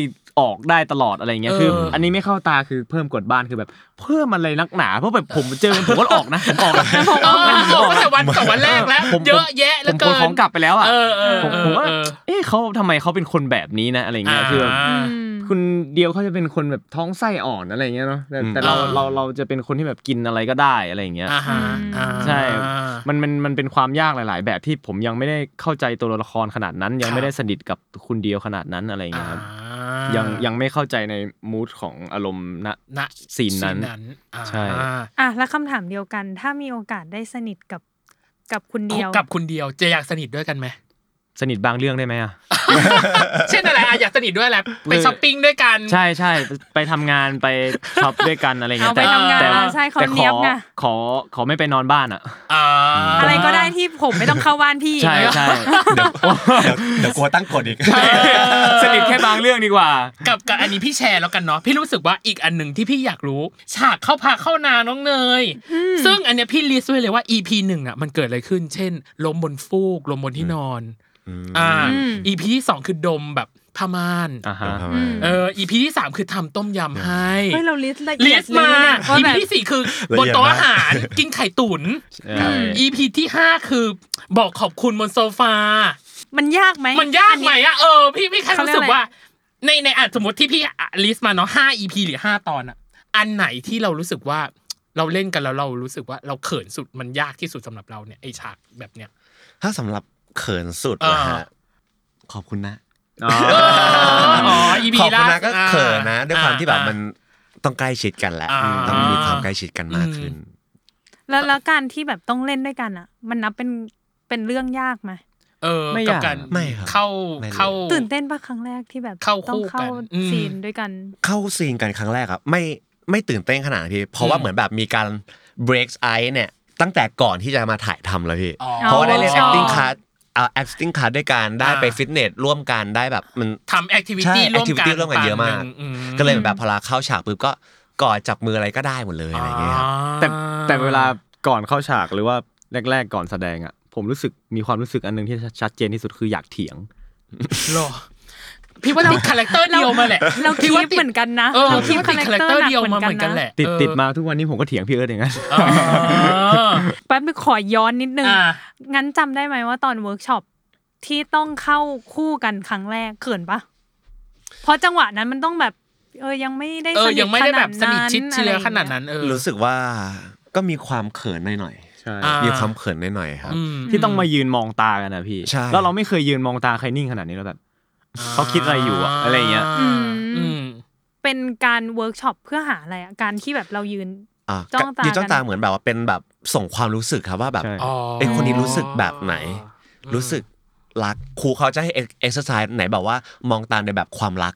ออกได้ตลอดอะไรเงี้ยคือ เอออั อันนี้ไม่เข้าตาคือเพิ่มกดบ้านคือแบบเพิ่มอะไรนักหนาเพราะแบบผมเจอผมก็ออกนะผมออกนะผม เอ ออกอนะผออมออกก ตั้งแต่ นะ วันสองวันแรกแล้ว ผมผม เยอะแยะเห ผ ลือเกิมขน น ของกลับไปแล้วอ่ะ เออเออ ผมผมว่า เออ เอ๊ะเขาทำไมเขาเป็นคนแบบนี้นะอะไรเงี้ยคือแบบ อื อ่า ม คุณเดียวเขาจะเป็นคนแบบท้องไส้อ่อนอะไรอย่างเงี้ยเนาะแต่แต่เรา อ่า เราเราจะเป็นคนที่แบบกินอะไรก็ได้อะไรอย่างเงี้ย อ่าฮะอ่า ใช่ มันมันมันเป็นความยากหลาย ๆ แบบที่ผมยังไม่ได้เข้าใจตัวละครขนาดนั้น ยั ค ง รับ ไม่ได้สนิทกับคุณเดียวขนาดนั้นอะไรอย่างเงี้ยครับยังยังไม่เข้าใจในมูทของอารมณ์ณ ณ ซีนนั้น อ่า ใช่ อ่ะแล้วคำถามเดียวกัน ถ้ามีโอกาสได้สนิทกับกับคุณเดียว กับคุณเดียวจะอยากสนิทด้วยกันไหม สนิทบางเรื่องได้ไหมอ่ะ เช่นอะไรอ่ะอยากสนิทด้วยแหละไป เออ ช้อปปิ้งด้วยกัน ใช่ใช่ไปไปทำงานไปช็อปด้วยกันอะไรเงี้ย เอาไปทำงานใช่เขา แต่ข เนี๊ อย บไง ขอขอไม่ไปนอนบ้านอ่ะ อ่า อะไรก็ได้ที่ผมไม่ต้องเข้าบ้านพี่ ใช่ใช่ เดี๋ยวเดี๋ยวเดี๋ยวกลัวตั้งกฎอีก สนิทแค่บางเรื่องดีกว่า กับกับอันนี้พี่แชร์แล้วกันเนาะพี่รู้สึกว่าอีกอันหนึ่งที่พี่อยากรู้ ฉากเข้าพาเข้านาน้องเนย ซึ่งอันเนี้ยพี่ลิสต์ไว้เลยว่า EP หนึ่งอ่ะมันเกิดอะไรขึ้น เช่นล้มบนฟูกล้มบนที่นอนอ่า EP ที่สองคือดมแบบผ้าม่าน อ่าฮะ เออ EP ที่สามคือทำต้มยำให้ เฮ้ยเราลิสต์ละ ลิ เอียด ส เล มาย นะว่าอีพี แบบ ที่สี่คือ ละ บ เอี น ยดมาก โต๊ะอาหาร กินไข่ตุ๋นอีพีที่ห้าคือบอกขอบคุณบนโซฟา มันยากไหม มันยากไหม อั อะเออพี่พี่แค่ เขาเรี รู้ ยก สึก อะไร ว่า ในในอ่ะสมมติที่พี่ลิสมาเนาะห้าอีพีหรือห้าตอนอะอันไหนที่เรารู้สึกว่าเราเล่นกันแล้วเรารู้สึกว่าเราเขินสุดมันยากที่สุดสำหรับเราเนี่ยไอฉากแบบเนี้ย ถ้าสำหรับเขินสุดนะฮะขอบคุณนะ อ๋อ อ๋อ EP ขอบคุณนะ ล่าสุด ก็เขินนะ ด้วยความที่แบบ อ่ามั มันต้องใกล้ชิดกันแหละ อ่า ต้องมีความใกล้ชิดกันมากขึ้น แล้วแล้วการที่แบบต้องเล่นด้วยกันอ่ะ มันนับเป็นเป็นเรื่องยากไหม เออ ไม่ กับ ยาก การ ไม่ครับ เข้า ไม่เลย เข้า ตื่นเต้นปะครั้งแรกที่แบบ เข้า ต้องเข้า คู่กันอืม ซีนด้วยกัน เข้าซีนกันครั้งแรกครับไม่ไม่ตื่นเต้นขนาดนั้นพี่ เพราะว่าเหมือนแบบมีการ break ice เนี่ย ตั้งแต่ก่อนที่จะมาถ่ายทำแล้วพี่ อ๋อ เพราะว่าได้เล่น อ๋อ acting card เอา acting card ด้วยกันได้ไป อ่า ฟิตเนสร่วมกันได้แบบมัน ทำแอคทิวิ ใช่ ตี้ร่วมกัน activity ร่วมกันเยอะมาก อืม ก็เลยแบบพอเราเข้าฉากปุ๊บก็กอดจับมืออะไรก็ได้หมดเลยอะไรอย่างเงี้ยครับ แต่แต่เวลาก่อนเข้าฉากหรือว่าแรก ๆ ก่อนแสดงอ่ะผมรู้สึกมีความรู้สึกอันหนึงที่ชัดเจนที่สุดคืออยากเถียง หรอพี่ว่าติดคาแรคเตอร์เดียวมาแหละ เรา พี่ คี ว่า บ ติด เหมือนกันนะ เออ เรา พี่ว่าติดคาแรคเตอร์เดียวมาเหมือนกันแหละ ติด เออ ติดมาทุกวันนี้ผมก็เถียงพี่เอิร์ธอย่างนั้น อ๋อ แป๊บนึงขอย้อนนิดนึง อ่า งั้นจำได้ไหมว่าตอนเวิร์กช็อปที่ต้องเข้าคู่กันครั้งแรกเขินปะเพราะจังหวะนั้นมันต้องแบบ เออยังไม่ได้ เอ ส อ นิท ยังไม่ได้แบบสนิทชิดเชื้อข ข นา นา ด ดนั้นอะไรอย่างเงี้ย นั้นเออ รู้สึกว่าก็มีความเขินหน่อย ใช่ อ่า ๆมีความเขินหน่อยๆครับ อืม ที่ต้องมายืนมองตากันนะพี่ ใช่ แล้วเราไม่เคยยืนมองตาใครนิ่งขนาดนี้แล้วแบบเขาคิดอะไรอยู่อะอะไรอย่างเงี้ย อืม อืม เป็นการเวิร์กช็อปเพื่อหาอะไรอะการที่แบบเรายืน อ่ะ จ้องตา ยืนจ้องตา กัน เหมือนแบบว่าเป็นแบบส่งความรู้สึกครับว่าแบบ ใช่ อ๋อ ไอ้ยคนนี้รู้สึกแบบไหน รู้สึกรักครูเขาจะให้เอ็กซ์ไซส์ไหนแบบว่ามองตาในแบบความรัก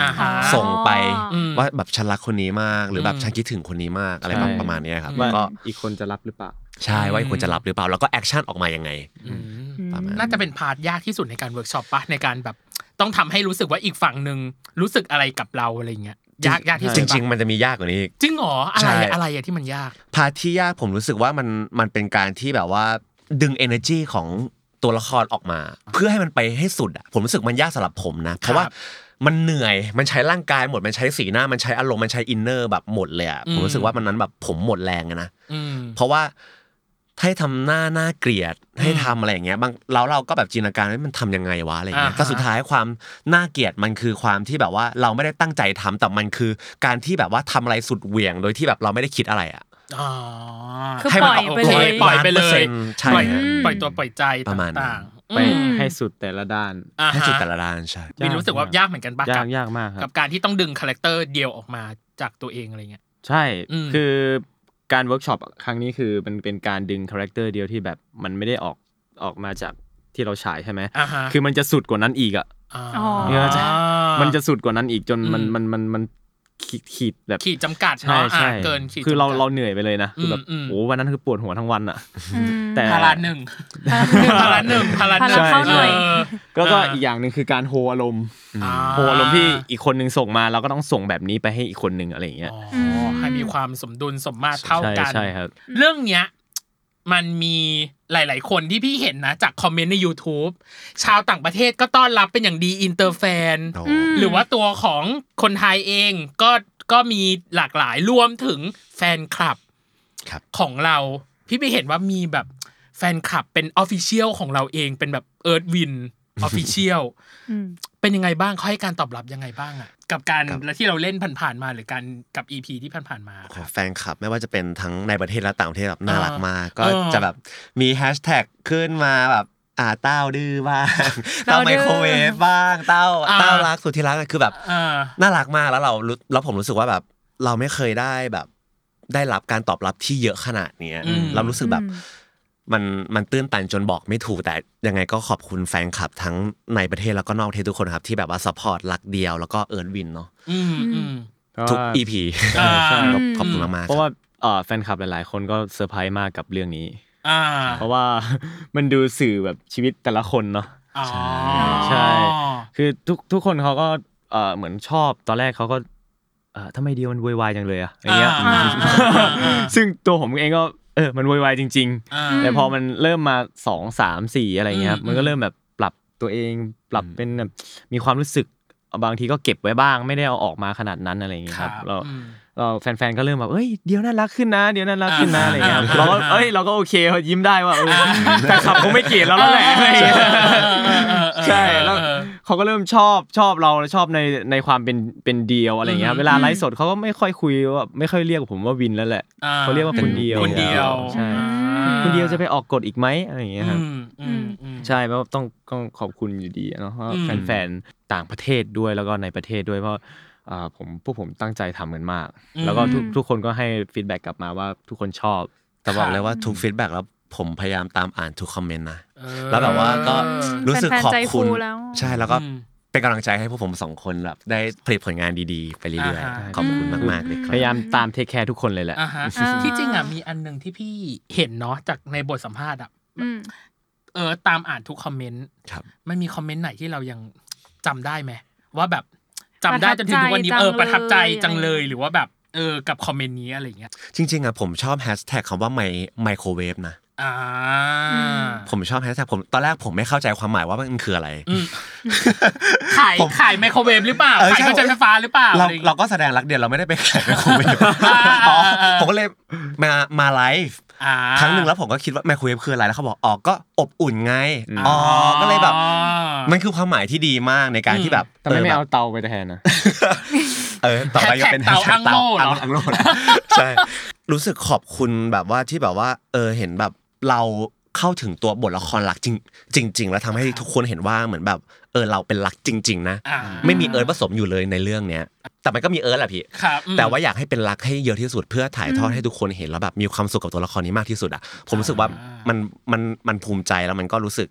อ่าฮะ ส่งไป อืม ว่าแบบฉันรักคนนี้มาก หรือแบ อื บ ม ฉันคิดถึงคนนี้มากอะไร ใช่ แบบประมาณเนี้ยครับ ว่า ก็ อีกคนจะรับหรือเปล่า ใช่ว่าควรจะรับหรือเปล่าแล้วก็แอคชั่นออกมายังไง อืม ประมาณ น่าจะเป็นพาร์ทยากที่สุดในการเวิร์กช็อปปะในการแบบ ต้องทำให้รู้สึกว่าอีกฝั่งหนึ่งรู้สึกอะไรกับเราอะไรอย่างเงี้ยยากยากที่สุด จ ปะ ริง ๆ มันจะมียากกว่านี้อีก จริงเหรออะไร ใช่ อะอะไรอะที่มันยาก พาร์ทที่ยากผมรู้สึกว่ามันมันเป็นการที่แบบว่าดึง energy ของตัวละครออกมา เพื่อให้มันไปให้สุดอะผมรู้สึกมันยากสำหรับผมนะ เพราะว่ามันเหนื่อยมันใช้ร่างกายหมดมันใช้สีหน้ามันใช้อารมณ์มันใช้อินเนอร์แบบหมดเลยอะ อืม ผมรู้สึกว่ามันนั้นแบบผมหมดแรงอะนะ อืม เพราะว่าให้ทำหน้าน่าเกลียดให้ทำอะไรอย่างเงี้ยบางแล้วเราก็แบบจินตนาการว่ามันทำยังไงวะอะไรอย่างเงี้ย อ่าฮะ แต่สุดท้ายความน่าเกลียดมันคือความที่แบบว่าเราไม่ได้ตั้งใจทำแต่มันคือ การที่แบบว่าทำอะไรสุดเหวี่ยง โดยที่แบบเราไม่ได้คิดอะไรอะ อ๋อ คือ ให้ ป มัน ล่อยออกตัไปเลว ย ปล่อยไปเลย ใช่ ปล่อย ฮะ ปล่อยตัวปล่อยใจ ประมาณนั้น ต่างๆ ไป อืม ให้สุดแต่ละด้าน อ่า ให้ ฮะ จุดแต่ละด้านใช่ มีรู้สึกว่ายากเหมือนกันปะ ยา กั ก บ ยากมากครับ กับการที่ต้องดึงคาแรคเตอร์เดียวออกมาจากตัวเองอะไรเงี้ย ใช่ อืม คือการเวิร์กช็อปครั้งนี้คือมันเป็นการดึงคาแรคเตอร์เดียวที่แบบมันไม่ได้ออกออกมาจากที่เราฉายใช่ไหม อ่าฮะ คือมันจะสุดกว่านั้นอีกอ่ะ อ๋อ เนี่ยจะ มันจะสุดกว่านั้นอีกจนมัน อืม มันมันมันขีดขีดแบบ ขีดจำกัด ใช่ เนาะ ใช่ อ่ะเกินขีด คือเรา จำกัด เราเหนื่อยไปเลยนะคือแบบ อืมอืม โอ้วันนั้นคือปวดหัวทั้งวันอ่ะ อืม แต่ พาราหนึ่งพาราหนึ่งพาราหนึ่ง พาราเข้าหน่อย เอ แล้วก็อีกอย่างหนึ่งคือการโฮอารมณ์ อ่า โฮอารมณ์ที่อีกคนหนึ่งส่งมาเราก็ต้องส่งแบบนี้ไปให้อีกคนหนึ่งอะไรอย่างเงี้ย อ๋อให้มีความสมดุลสมมาตรเท่า ใช่ กัน ใช่ครับ เรื่องเนี้ย มันมีหลาย ๆ คนที่พี่เห็นนะ จากคอมเมนต์ใน YouTube ชาวต่างประเทศก็ต้อนรับเป็นอย่างดีอินเตอร์แฟน โอ้ ม หรือว่าตัวของคนไทยเองก็ก็มีหลากหลายรวมถึงแฟนคลับ ครับ ของเรา พี่ไปเห็นว่ามีแบบแฟนคลับเป็นออฟฟิเชียลของเราเองเป็นแบบเอิร์ธวิน *laughs* ออฟฟิเชียล อืม เป็นยังไงบ้างเขาให้การตอบรับยังไงบ้างอะกับการและที่เราเล่นผ่านๆมาหรือการกับ EP ที่ผ่านๆมา โอ้ ครับ โหแฟนคลับไม่ว่าจะเป็นทั้งในประเทศและต่างประเทศแบบน่ารักมาก ก็ เออ จะแบบมีแฮชแท็กขึ้นมาแบบอ่าเต้าดื้อบ้าง เต้า เต้าไม ดื้อ โครเวฟบ้างเต้า อ่า เต้ารักสุดที่รักอะคือแบบ อ่า น่ารักมากแล้วเรารู้แล้วผมรู้สึกว่าแบบ เราไม่เคยได้แบบ ได้รับการตอบรับที่เยอะขนาดเนี้ย อืม เรารู้สึกแบบ อืม มันมันตื้นตันจนบอกไม่ถูกแต่ยังไงก็ขอบคุณแฟนคลับทั้งในประเทศแล้วก็นอกประเทศทุกคนครับ ที่แบบว่าซัพพอร์ตรักเดียวแล้วก็เอิร์นวินเนาะ อืมอืม ทุก ว่า EP อ่า ก็ขอบคุณมากๆคเพรัราะบ ว่าเอ่อแฟนคลับหลาย ๆ คนก็เซอร์ไพรส์มากกับเรื่องนี้ อ่า เพราะว่า *laughs* มันดูสื่อแบบชีวิตแต่ละคนเนาะ อ๋อ ใช่ คือทุกทุกคนเขาก็เอ่อเหมือนชอบตอนแรกเขาก็เอ่อทำไมเดียวมันวุ่นวายจังเลยอะอย่างเงี้ย อ่าอ่าอ่าอ่า ซึ่งตัวผมเองก็เออมันวุ่นวายจริง อ่า ๆ แต่พอมันเริ่มมาสองสามสี่อะไรเงี้ยครับ อืม มันก็เริ่มแบบปรับตัวเองปรับเป็นแบบมีความรู้สึกบางทีก็เก็บไว้บ้าง ไม่ได้เอาออกมาขนาดนั้นอะไรเงี้ยครับเรา อืม เราแฟนๆ ก็เริ่มแบบ เอ้ย เดี๋ยวน่ารักขึ้นนะ เดี๋ยวน่ารักขึ้นนะ อ่า อะไรเงี้ยครับ อ่า เราก็ อ่า เอ้ย เราก็โอเคยิ้มได้ว่าเออแต่ขับคงไม่เกลียดเราแล้วแหละอะไรเงี้ยใช่ แล้วเขาก็เริ่มชอบชอบเราแล้วชอบในในความเป็นเป็นเดียวอะไรเงี้ย เวลาไลฟ์สดเขาก็ไม่ค่อยคุยว่าไม่ค่อยเรียกผมว่าวินแล้วแหละ อ่ เขาเรียกว่าคนเดียว คนเดียว ใช่ อ่า คนเดียวจะไปออกกฎอีกไหมอะไรเงี้ยครับ อืมอืมอืม ใช่เพราะว่าต้องต้องขอบคุณอยู่ดีอะเนาะเพราะว่า อืม แฟนๆ ต่างประเทศด้วยแล้วก็ในประเทศด้วยเพราะอ่าผมพวกผมตั้งใจทำกันมาก แล้วก็ทุกทุกคนก็ให้ฟีดแบ็กกลับมาว่าทุกคนชอบ แต่บอกเลยว่าทุกฟีดแบ็กแล้วผมพยายามตามอ่านทุกคอมเมนต์นะ แล้วแบบว่าก็รู้สึกขอบคุณ แฟนๆใจฟูแล้ว ใช่แล้วก็ อืม เป็นกำลังใจให้พวกผมสองคนแบบได้ผลิตผลงานดีๆ ไปเรื่อย อ่าฮะ ๆขอบคุณมากๆเลยค พ รับ ยายามตามเทคแคร์ทุกคนเลยแหละ อ่าฮะ อ่า ที่จริงอ่ะมีอันหนึ่งที่พี่เห็นเนาะจากในบทสัมภาษณ์อ่ะ อืม เออตามอ่านทุกคอมเมนต์ ครับ มันมีคอมเมนต์ไหนที่เรายังจำได้ไหมว่าแบบจำได้ ประทับ จนถึงทุกวันนี้ ใจจัง เออประทับใจจัง เลย เลยหรือว่าแบบเออกับคอมเมนต์นี้อะไรอย่างเงี้ย จริงๆอ่ะผมชอบแฮชแท็กคำว่าไมไมโครเวฟนะ อ่า ผมชอบแฮชแท็กผมตอนแรกผมไม่เข้าใจความหมายว่ามันคืออะไร อืม ขาย *laughs* ผม ขายไมโครเวฟหรือเปล่า เออ ขาย ใช่ เครื่องใช้ไฟฟ้าหรือเปล่า เรา อะไรอย่งงี้ย เราก็แสดงรักเดียวเราไม่ได้ไปขายไมโครเวฟ อ่า อ๋อ เออ ผมก็เลยมามาไลฟ์ อ่า ครั้งหนึ่งแล้วผมก็คิดว่าไมโครเวฟคืออะไรแล้วเขาบอกอ๋อก็อบอุ่นไง อืม อ๋อก็เลยแบบ มันคือความหมายที่ดีมากในการที่แบบ ทำไมไม่เอา แบบ เตาไปแทนนะ เออต่อไปก็เป็น Hashtag hashtag เตาอังโล่เหรอ อังโล่นะ *laughs* ใช่รู้สึกขอบคุณแบบว่าที่แบบว่า เออเห็นแบบเราเข้าถึงตัวบทละครหลักจริงจริง ๆ แล้วทำให้ทุกคนเห็นว่าเหมือนแบบ เออเราเป็นหลักจริง ๆ นะ อ่า ไม่มีเอิร์ธผสมอยู่เลยในเรื่องเนี้ย แต่มันก็มีเอิร์ธแหละพี่ ครับอืม แต่ว่าอยากให้เป็นรักให้เยอะที่สุดเพื่อถ่ายทอดให้ทุกคนเห็นแล้วแบบมีความสุขกับตัวละครนี้มากที่สุดอ่ะผมรู้สึกว่ามันมันมันภูมิใจแล้วมันก็รู้สึก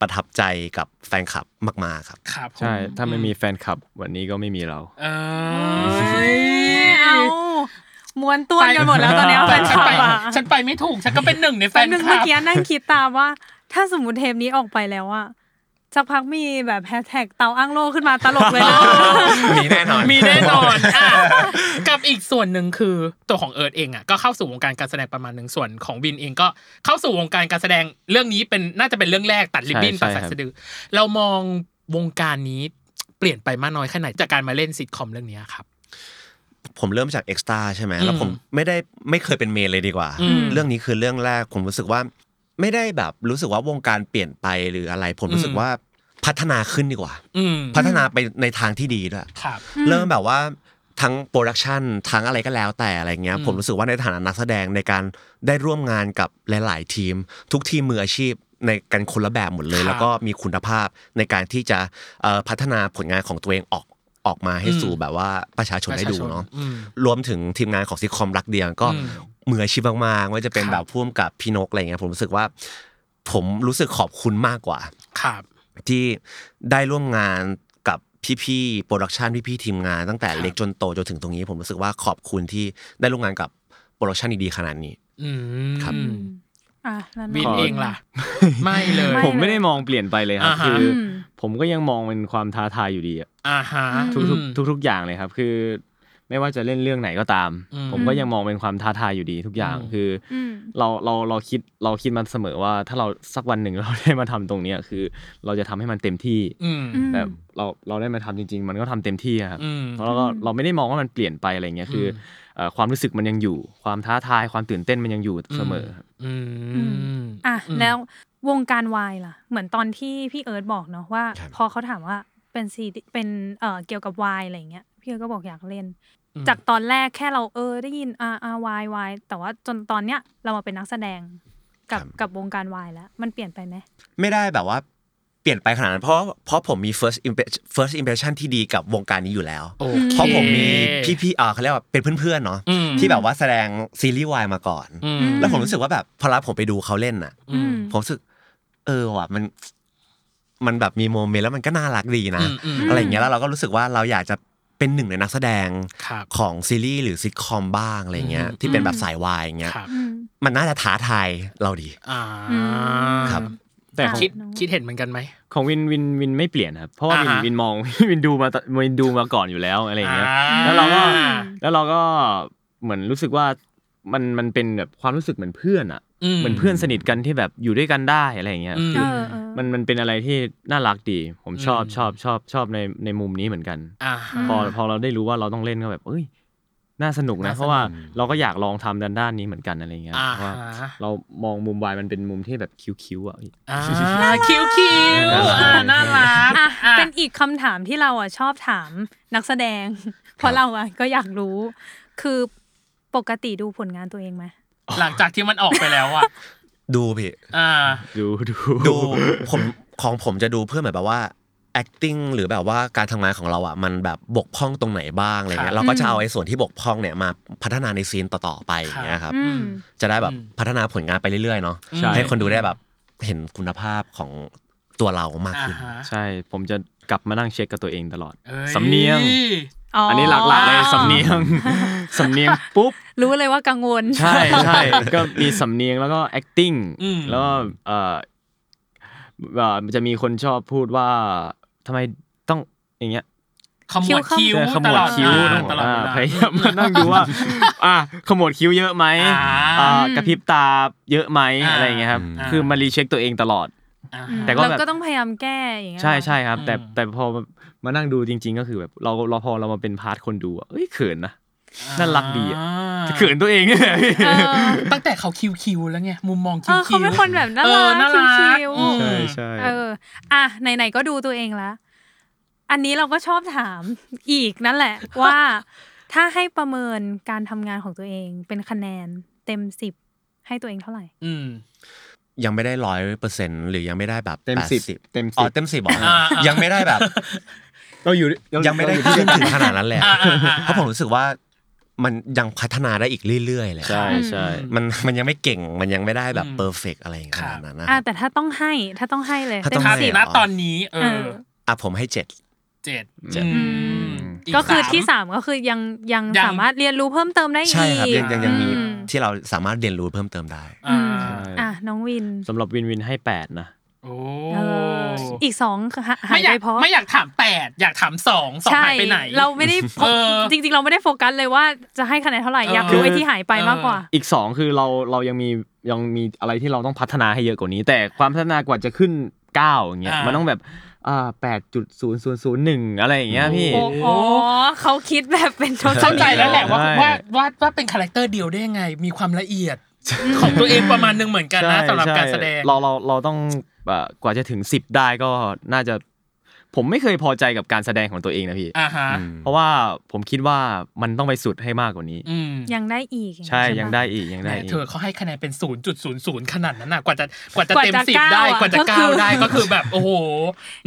ประทับใจกับแฟนคลับมากๆครับ ครับผม ใช่ ถ้าไม่มีแฟนคลับวันนี้ก็ไม่มีเรา เอ เอ้ อย เอาม้วนตัวกันหมดแล้วตอนเนี้ยแฟนค ฉัน ลั ไป บอ่ะ ฉันไปไม่ถูก ฉันก็เป็นหนึ่งในแฟ แป๊บ น นึง ค เมื่อ ลับ กี้นั่งคิดตามว่า ถ้าสมมติเทปนี้ออกไปแล้วอะสักพักมีแบบแฮชแท็กเตาอ้างโลขึ้นมาตลกเลยนะ มีแน่นอน มีแน่นอนอ่ะ *laughs* กับอีกส่วนหนึ่งคือตัวของเอิร์ธเองอ่ะก็เข้าสู่วงการการแสดงประมาณหนึ่งส่วนของวินเองก็เข้าสู่วงการการแสดงเรื่องนี้เป็นน่าจะเป็นเรื่องแรกตัดริบบิ้น ใช่ ตัด ใช่ สาย ครับ สะดือเรามองวงการนี้เปลี่ยนไปมากน้อยแค่ไหนจากการมาเล่นซิทคอมเรื่องเนี้ยครับ ผมเริ่มจากเอ็กซ์ตาใช่ไหมแล้ว อืม ผมไม่ได้ไม่เคยเป็นเมนเลยดีกว่า อืม เรื่องนี้คือเรื่องแรกผมรู้สึกว่า ไม่ได้แบบรู้สึกว่าวงการเปลี่ยนไปหรืออะไร ผมรู้สึ อื ก ม ว่าพัฒนาขึ้นดีกว่า อืม พัฒนาไปในทางที่ดีด้วย ครับ เริ่มแบบว่าทั้งโปรดักชันทั้งอะไรก็แล้วแต่อะไรเงี้ย ผมรู้สึกว่าในฐานะนักแสดงในการได้ร่วมงานกับหลาย ๆ ทีม ทุกทีมมืออาชีพในกันคนละแบบหมดเล ค ย รับ แล้วก็มีคุณภาพในการที่จะเอ่อพัฒนาผลงานของตัวเองออกออกมาให้ อืม สู่แบบว่าประชาชนได้ดู ประชาชน เนาะ อืม รวมถึงทีมงานของซิทคอมรักเดียงก็ อืม มืออาชีพมากๆว่าจะเป็น ครับ แบบพ่วงกับพี่นกอะไรเงี้ยผมรู้สึกว่า ผมรู้สึกขอบคุณมากกว่า ครับ ที่ได้ร่วมงานกับพี่ๆโปรดักชันพี่ๆทีมงานตั้งแต่เล็กจนโตจนถึงตรงนี้ ผมรู้สึกว่าขอบคุณที่ได้ร่วมงานกับโปรดักชันดีๆขนาดนี้ อืม ครับ อ่ะนั่น วิน ข เองล่ะ ไม่เลย ผมไม่ได้มองเปลี่ยนไปเลยครับ อ่าฮะ คืออ ม ผมก็ยังมองเป็นความท้าทายอยู่ดีอะ อ่าฮะ ทุกๆทุกๆอย่างเลยครับ คือ ไม่ว่าจะเล่นเรื่องไหนก็ตาม อืม ผมก็ยังมองเป็นความท้าทายอยู่ดีทุกอย่าง อืม คือ อืม เราเราเราคิดเราคิดมันเสมอว่าถ้าเราสักวันหนึ่งเราได้มาทำตรงเนี้ยคือ เราจะทำให้มันเต็มที่ อืม อืม แบบเราเราได้มาทำจริง ๆ มันก็ทำเต็มที่อะครับ อืม เพราะเราก็เราไม่ได้มองว่ามันเปลี่ยนไปอะไรเงี้ยคืออเอ่อความรู้สึกมันยังอยู่ ความท้าทายความตื่นเต้นมันยังอยู่เสมอ อืม อ่ะแล้ววงการวายล่ะ เหมือนตอนที่พี่เอิร์ธบอกเนาะว่า พอเขาถามว่าเป็นซีดีเป็นเอ่อเกี่ยวกับวายอะไรอย่างเงี้ยพี่เอิร์ธก็บอกอยากเล่น อืม จากตอนแรกแค่เราเออได้ยินอ่าอ่าวายวายแต่ว่าจนตอนเนี้ยเรามาเป็นนักแสดงกับ ครับ กับวงการวายแล้วมันเปลี่ยนไปไหม ไม่ได้แบบว่าเปลี่ยนไปขนาดนั้นเพราะเพราะผมมี first impression first impression ที่ดีกับวงการนี้อยู่แล้ว โอค เพราะผมมีพี่ๆอ่าเขาเรียกว่าเป็นเพื่อนๆเนาะ อืม ที่แบบว่าแสดงซีรีส์วายมาก่อน อืม แล้วผมรู้สึกว่าแบบพอรับผมไปดูเขาเล่นน่ะ อืม ผมรู้สึก เออว่ะมัน มันแบบมีโมเมนต์แล้วมันก็น่ารักดีนะ อืมอืม อะไรอย่างเงี้ยแล้วเราก็รู้สึกว่าเราอยากจะเป็นหนึ่งในนักแสดง ครับ ของซีรีส์หรือซิทคอมบ้างอะไรเงี้ย อืม ที่เป็นแบบสายวายอย่างเงี้ย ครับ อืม มันน่าจะท้าทายเราดี อ่า อืม ครับ แต่ อ่ะ ของ คิดคิดเห็นเหมือนกันไหม ของวินวินวินไม่เปลี่ยนครับเพราะว่าวิ อ่าน ฮะ วินมอง *laughs* วินดูมาตวินดูมาก่อนอยู่แล้วอะไรเงี้ย อ่ แล้วเราก็ อืม แล้วเราก็เหมือนรู้สึกว่ามันมันเป็นแบบความรู้สึกเหมือนเพื่อนอ่ะเหมือนเพื่อนสนิทกันที่แบบอยู่ด้วยกันได้อะไรเงี้ย อืม เออเออ มันมันเป็นอะไรที่น่ารักดี ผมชอบ อืม ชอบชอบชอบในในมุมนี้เหมือนกัน อ่า พอ อืม พอเราได้รู้ว่าเราต้องเล่นก็แบบ เอ้ย น่าสนุกนะ เพราะว่าเราก็อยากลองทำด้านด้านนี้เหมือนกันอะไรเงี้ย อ่า เพราะว่า ฮะ เรามองมุมวายมันเป็นมุมที่แบบคิ้วๆอ่ะ อ่าคิ้วคิ้วอ่าน่ารัก อ่ะ อ่ะ เป็นอีกคำถามที่เราอ่ะชอบถามนักแสดง *laughs* เพราะเราอ่ะก็อยากรู้ คือปกติดูผลงานตัวเองไหม หลังจากที่มันออกไปแล้วอ่ะ ดูพี่ อ่า ดูดู ดูผมของผมจะดูเพื่อเหมือนแบบว่า acting หรือแบบว่าการทำงานของเราอ่ะมันแบบบกพร่องตรงไหนบ้างอะไรเงี้ ครั ย บ เราก็จะ อืม เอาไอ้ส่วนที่บกพร่องเนี่ยมาพัฒนาในซีนต่อๆไปอย่างเงี้ยครับ อืม จะได้แบ อื บ ม พัฒนาผลงานไปเรื่อยๆเนาะ ใช่ ให้คนดูได้แบบเห็นคุณภาพของตัวเรามาก อ่า ขึ้น ฮะ ใช่ ผมจะกลับมานั่งเช็คกับตัวเองตลอด อ้ สำเนียง อันนี้หลักๆเลยสำเนี *laughs* ยง สำเนียงปุ๊บ รู้เลยว่ากังวล *laughs* ใช่ใช่ ก็มีสำเนียงแล้วก็ acting อืม แล้วก็เอ่อเอ่อจะมีคนชอบพูดว่าทำไมต้องอย่างเงี้ย ขมวดคิ้ว ใช่ขม ต ว ล ด อด คิ้ว เวลา ทั้งหม ต ด ลอด อ่า เวลา พยายามมานั่งดู *laughs* ว่า อ่าขมวดคิ้วเยอะไหม อ่า อ่ากระพริบตาเยอะไหม อ่า อะไรอย่างเงี้ยครับ อ่า คือมารีเช็คตัวเองตลอด อ่า แต่ก็ เรา แบบ ก็ต้องพยายามแก้อย่างเงี้ย ใช่ เหรอ ใช่ครับ แต่ อืม แต่พอมานั่งดูจริง ๆ ก็คือแบบเราเราพอเรามาเป็นพาร์ทคนดูอะเอ้ยเขินนะ น่ารักดีอะ เขินตัวเองเนี่ย เออ ตั้งแต่เขาคิ้วคิ้วแล้วไงมุมมอง เอ คิ้ว อ คิ้ เขา ว เป็นคนแบบน่า เออน่า รัก รัก คิ้ว อืม ๆ ใช่ใช่ เออ อ่ะไหนๆก็ดูตัวเองละอันนี้เราก็ชอบถามอีกนั่นแหละ *laughs* ว่าถ้าให้ประเมินการทำงานของตัวเองเป็นคะแนนเต็มสิบให้ตัวเองเท่าไหร่ อืม ยังไม่ได้ร้อยเปอร์เซ็นต์หรือยังไม่ได้แบบ เต็ม แปด สิบเต็มสิบ อ๋อเต็มสิบเหรอ อ่าอ่ายั ยังไม่ได้แบบ เราอยู่ ยังไม่ได้ เราอ ขึ้น ยู่ที่ ถึงขนาดนั้นแหละ อ่าอ่าเพอ่าราะผมรู้สึกว่ามันยังพัฒนาได้อีกเรื่อยๆเลย ใช่ใช่ มันมันยังไม่เก่งมันยังไม่ได้แบบ อืม เพอร์เฟกอะไรอย่างขนาดนั้นนะ อ่ะแต่ถ้าต้องให้ถ้าต้องให้เลย ถ้า เต็ ต้อ ม ง ถ้า ให้ สิ สี บ นะตอนนี้ เอ เอ อ อ อ่ะผมให้เจ็ด เจ็ด เจ็ด อืม ก็คือที่ สาม สามก็คือยังยัง ยัง สามารถเรียนรู้เพิ่มเติมได้อีก ใช่ครับยังยังยังมี อื ที่เราสามารถเรียนรู้เพิ่มเติมได้ อืม อ่า อ่ะน้องวิน สำหรับวินวินให้แปดนะ โอ้ เอออีกสองหาหา ไม่ ย อยา ไป ก เพราะ ไม่อยากถามแปดอยากถามสองสองหายไปไหน เราไม่ได้โฟ เออ จริง ๆ เราไม่ได้โฟกัสเลยว่าจะให้คะแนนเท่าไหร่ เอออยอากรู้ไอ้ที่หายไปมากกว่า อีกสองคือเราเรายังมียังมีอะไรที่เราต้องพัฒนาให้เยอะกว่านี้ แต่ความพัฒนากว่าจะขึ้นเก้าอย่างเงี้ย อ่ามั มันต้องแบบอ่าแปดจุดศูนย์ศูนย์ศูนย์หนึ่งอะไรอย่างเงี้ยพี่ โอ้โหเขาคิดแบบเป็นทศ เข้าใจแล้วแหละว่า ใช่ ว่าว่าว่าเป็นคาแรคเตอร์เดียวได้ยังไง มีความละเอียดของตัวเองประมาณหนึงเหมือนกันนะ ใช่ สำหรับ ใช่ การแสดง เราเราเราต้องเอ่อกว่าจะถึงสิบได้ก็น่าจะ ผมไม่เคยพอใจกับการแสดงของตัวเองนะพี่ อ่าฮะ เพราะว่าผมคิดว่ามันต้องไปสุดให้มากกว่านี้ อืม ยังได้อีก ใช่ ปะ ยังได้อีกยัง แหม ได้อีก เธอเขาให้คะแนนเป็น 0.00 ขนาดนั้นน่ะ กว่าจะกว่าจะ กว่า เต็ม จะ สิบได้ ก้าวอะ กว่าจะ ก็คือ ก้าวได้ก็คือแบบ โอ้โห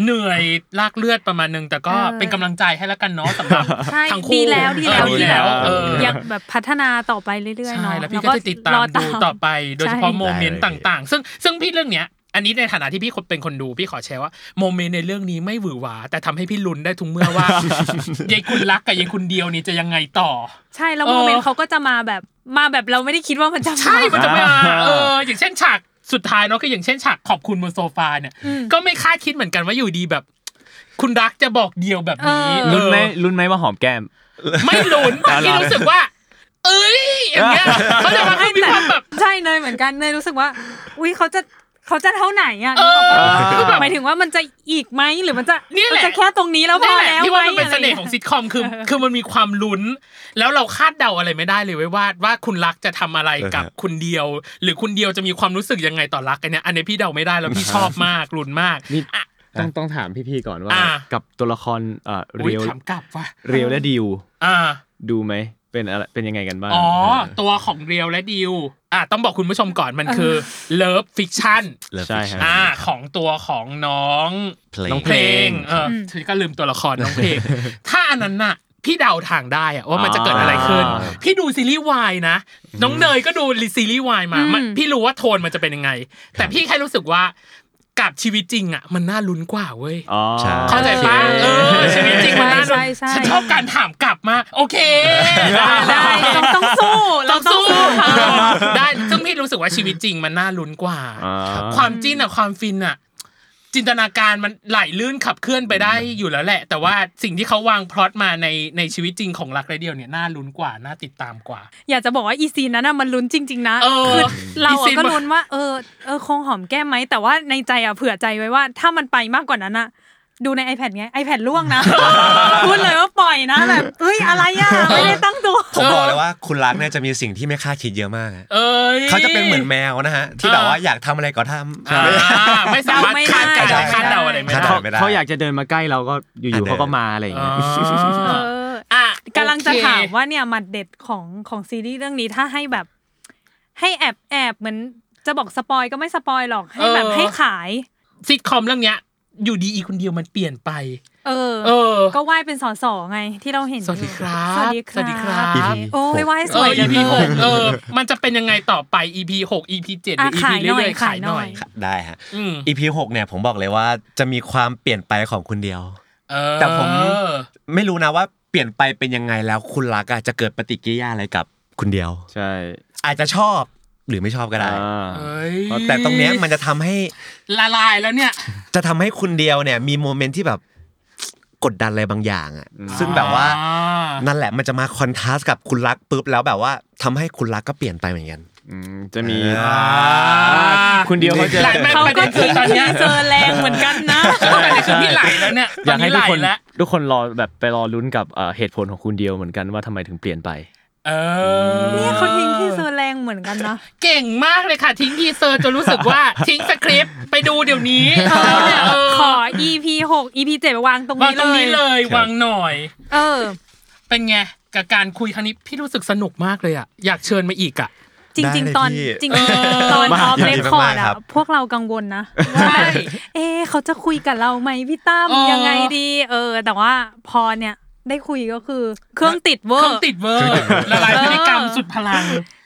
เหนื่อยลากเลือดประมาณหนึง แต่ก็ เออ เป็นกำลังใจให้แล้วกันเนาะสำหรับ ใช่ ทั้งคู่ ดีแล้วดีแล้ว เออ ดีแล้ว เออ ยังแบบพัฒนาต่อไปเรื่อยๆ ใช่ เนาะ แล้วพี่ก็จะติดตาม รอ ดูต่อไป โดยเฉพาะ ใช่ โมเมนต์ต่างๆ ซึ่งซึ่งพี่เรื่องเนี้ย อันนี้ในฐานะที่พี่คนเป็นคนดูพี่ขอแชร์ว่าโมเมนต์ในเรื่องนี้ไม่หวือหวา แต่ทำให้พี่ลุ้นได้ทุกเมื่ *laughs* อว่ายายคุณรักกับยายคุณเดียวนี่จะยังไงต่อ ใช่แล้ว เออ โมเมนต์เขาก็จะมาแบบมาแบบเราไม่ได้คิดว่ามันจะมา ใช่มันจะมา อ่า เออ อย่างเช่นฉากสุดท้ายเนาะคืออย่างเช่นฉากขอบคุณบนโซฟาเนี่ย ก็ไม่คาดคิดเหมือนกันว่าอยู่ดีแบบ คุณรักจะบอกเดียวแบบนี้ เออ ลุ้นไหม เออ ลุ้นไหมว่าหอมแก้ม ไม่ลุ้นแต่ที่รู้สึกว่า เอ้ยอย่างเงี้ยเขาจะมาให้มีความแบบ ใช่เนยเหมือนกันเนยรู้สึกว่า อุ้ยเขาจะเขาจะเท่าไหนอ่ะ เออ นึกออกปะหมายถึงว่ามันจะอีกไหมหรือมันจะ เนี่ยแหละ มัจะแค่ตรงนี้แล้วพ นี่ อ แหละ แล้ว ที่ว่ามันเป็น ไห เสน่ห์ของซิทคอมคือคือมันมีความลุ้น แล้วเราคาดเดาอะไรไม่ได้เลยเว้ยว่าว่าคุณรักจะทำอะไรกับคุณเดียว หรือคุณเดียวจะมีความรู้สึกยังไงต่อรักกันเนี่ยอันนี้พี่เดาไม่ได้แล้วพี่ชอบมากลุ้นมาก นี่ต้องต้องถามพี่ๆก่อนว่า อ่า กับตัวละครเอ่อ อุ้ย เรียว ถามกลับว่ะ เรียวและดิว อ่า ดูไหมเป็นอะไรเป็นยังไงกันบ้าง อ๋อ า ตัวของเรียวและดิวอ่ะต้องบอกคุณผู้ชมก่อนมันคือเลิฟฟิกชั่น เลิฟ ใช่ฮะ อ่าของตัวของน้อง เพลง น้อง เพลงเออฉันก็ลืมตัวละครน้องเพล *laughs* ง ถ้าอันนั้นน่ะ พี่เดาทางได้อะว่ามันจะเกิดอะไรขึ้น อ่า พี่ดูซีรีส์วายนะ น้องเนยก็ดูซีรีส์วายมามันพี่รู้ว่าโทนมันจะเป็นยังไง แต่พี่แค่รู้สึกว่ากับชีวิตจริงอ่ะมันน่าลุ้นกว่าเว้ย อ๋อ ใช่ เข้าใจปะเออชีวิตจริงมันน่า ใช่ ลุ้น ใช่ใช่ ฉันชอบการถามกลับมา โอเค ได้ต้องต้องสู้เรา ต้องสู้ได้ซึ่งพี่รู้สึกว่าชีวิตจริงมันน่าลุ้นกว่า อ่า ความจิ้นอะความฟินอะจินตนาการมันไหลลื่นขับเคลื่อนไปได้อยู่แล้วแหละ แต่ว่าสิ่งที่เขาวางพล็อตมาในในชีวิตจริงของรักไรเดียวเนี่ยน่าลุ้นกว่าน่าติดตามกว่า อยากจะบอกว่าอีซีนนั้นน่ะมันลุ้นจริง ๆ นะ เออ คือเรา อีซี อะ น ก็ มัน ลุ้นว่าเออเออคงหอมแก้มไหมแต่ว่าในใจอะเผื่อใจไว้ว่า ถ้ามันไปมากกว่านั้นอะดูใน iPad ไง iPad ล่วง *laughs* นะพูดเลยว่าปล่อยนะแบบเอ้ยอะไรอะไม่ได้ตั้งตัว ผมบอกเลยว่าคุณรักเนี่ยจะมีสิ่งที่ไม่คาดคิดเยอะมากอะ เอ้ย เขาจะเป็นเหมือนแมวนะฮะ ที่แบบว่าอยากทำอะไรก็ทำ อ่าไม่สามารถคาดการณ์ เดาไม่ได้ คาดเดาอะไรไม่ คาด ได้ เดา ไม่ได้ เขาอยากจะเดินมาใกล้เราก็อ อ่ะ ยู่ๆ เดิน เขาก็มาอะไรอย่าง อ๋อ เงี้ย เออ อ่ะ กำลังจะ โอเค ถามว่าเนี่ยหมัดเด็ดของของซีรีส์เรื่องนี้ถ้าให้แบบ ให้แอบแอบเหมือนจะบอกสปอยก็ไม่สปอยหรอกให้แบบ เออ ให้ขาย ซิทคอมเรื่องเนี้ย อยู่ดีอีคนเดียวมันเปลี่ยนไป เออ เออ ก็ไหว้เป็นสอสอไงที่เราเห็นอยู่ สวัสดีครับ สวัสดีค สวัสดีครั รับ บ โอ้ยไหว้ส เอ วย อ จัง EP เล ห ย กเออ มันจะเป็นยังไงต่อไป EP หก EP เจ็ดหรือ อ่ะ EP ขายหน่อย เรื่อยๆ ขา ขาย ย ห หน่ น่อ อย ย ได้ฮะ อืม EP หกเนี่ยผมบอกเลยว่าจะมีความเปลี่ยนไปของคุณเดียว เออ แต่ผม ไม่รู้นะว่าเปลี่ยนไปเป็นยังไงแล้วคุณรักอะจะเกิดปฏิกิริยาอะไรกับคุณเดียว ใช่ อาจจะชอบหรือไม่ชอบก็ได้ อ่า เอ้ย แต่ตรงเนี้ยมันจะทำให้ ละลายแล้วเนี่ย จะทำให้คุณเดียวเนี่ย มีโมเมนต์ที่แบบกดดันอะไรบางอย่างอะซึ่งแบบว่า อ่านั่ นั่นแหละมันจะมาคอนทราสต์กับคุณรักปุ๊บแล้วแบบว่าทำให้คุณรักก็เปลี่ยนไปเหมือนกัน อืมจะมี อ่า คุณเดียวเขาจะ หลายไม่ เขา ประ ก็ เด็นคือ ทิ้ง ตอนเนี้ย เจอแรงเหมือนกันนะ เออประเด็นคือพี่ไหลแล้วเนี่ย อยากให้ ต ทุก น คน นี้ไหลแล้ว ทุกคนรอแบบไปรอลุ้นกับเอ่อเหตุผลของคุณเดียวเหมือนกันว่าทำไมถึงเปลี่ยนไป เออ เนี่ยเขาทิ้งที่เจอแรงเหมือนกันนะ เก่งมากเลยค่ะ ทิ้งทีเซอร์จนรู้สึกว่า *laughs* ทิ้งสคริปต์ไปดูเดี๋ยวนี้เออเนี่ยเออ ขอ EP หก EP เจ็ดวางตรง วาง นี้ ตรงนี้ เล เลย ยวางหน่อย เออ เป็นไงกับการคุยครั้งนี้พี่รู้สึกสนุกมากเลยอ่ะอยากเชิญมาอีกอ่ะ จริง ได้ ๆ ตอน พี่ จริงๆตอน มาก ออฟ ยิน เร ดี คคอ มากร์ด ๆครั อะ บ พวกเรากังวลนะว่าแบบเอ๊ะเขาจะคุยกับเราไหมพี่ตั้ม เออ ยังไงดี เออ แต่ว่าพอเนี่ยได้คุยก็คือเครื่องติดเวอ เค ร์ รื่องติดเวอร์ละลายพฤติกรรมสุดพลัง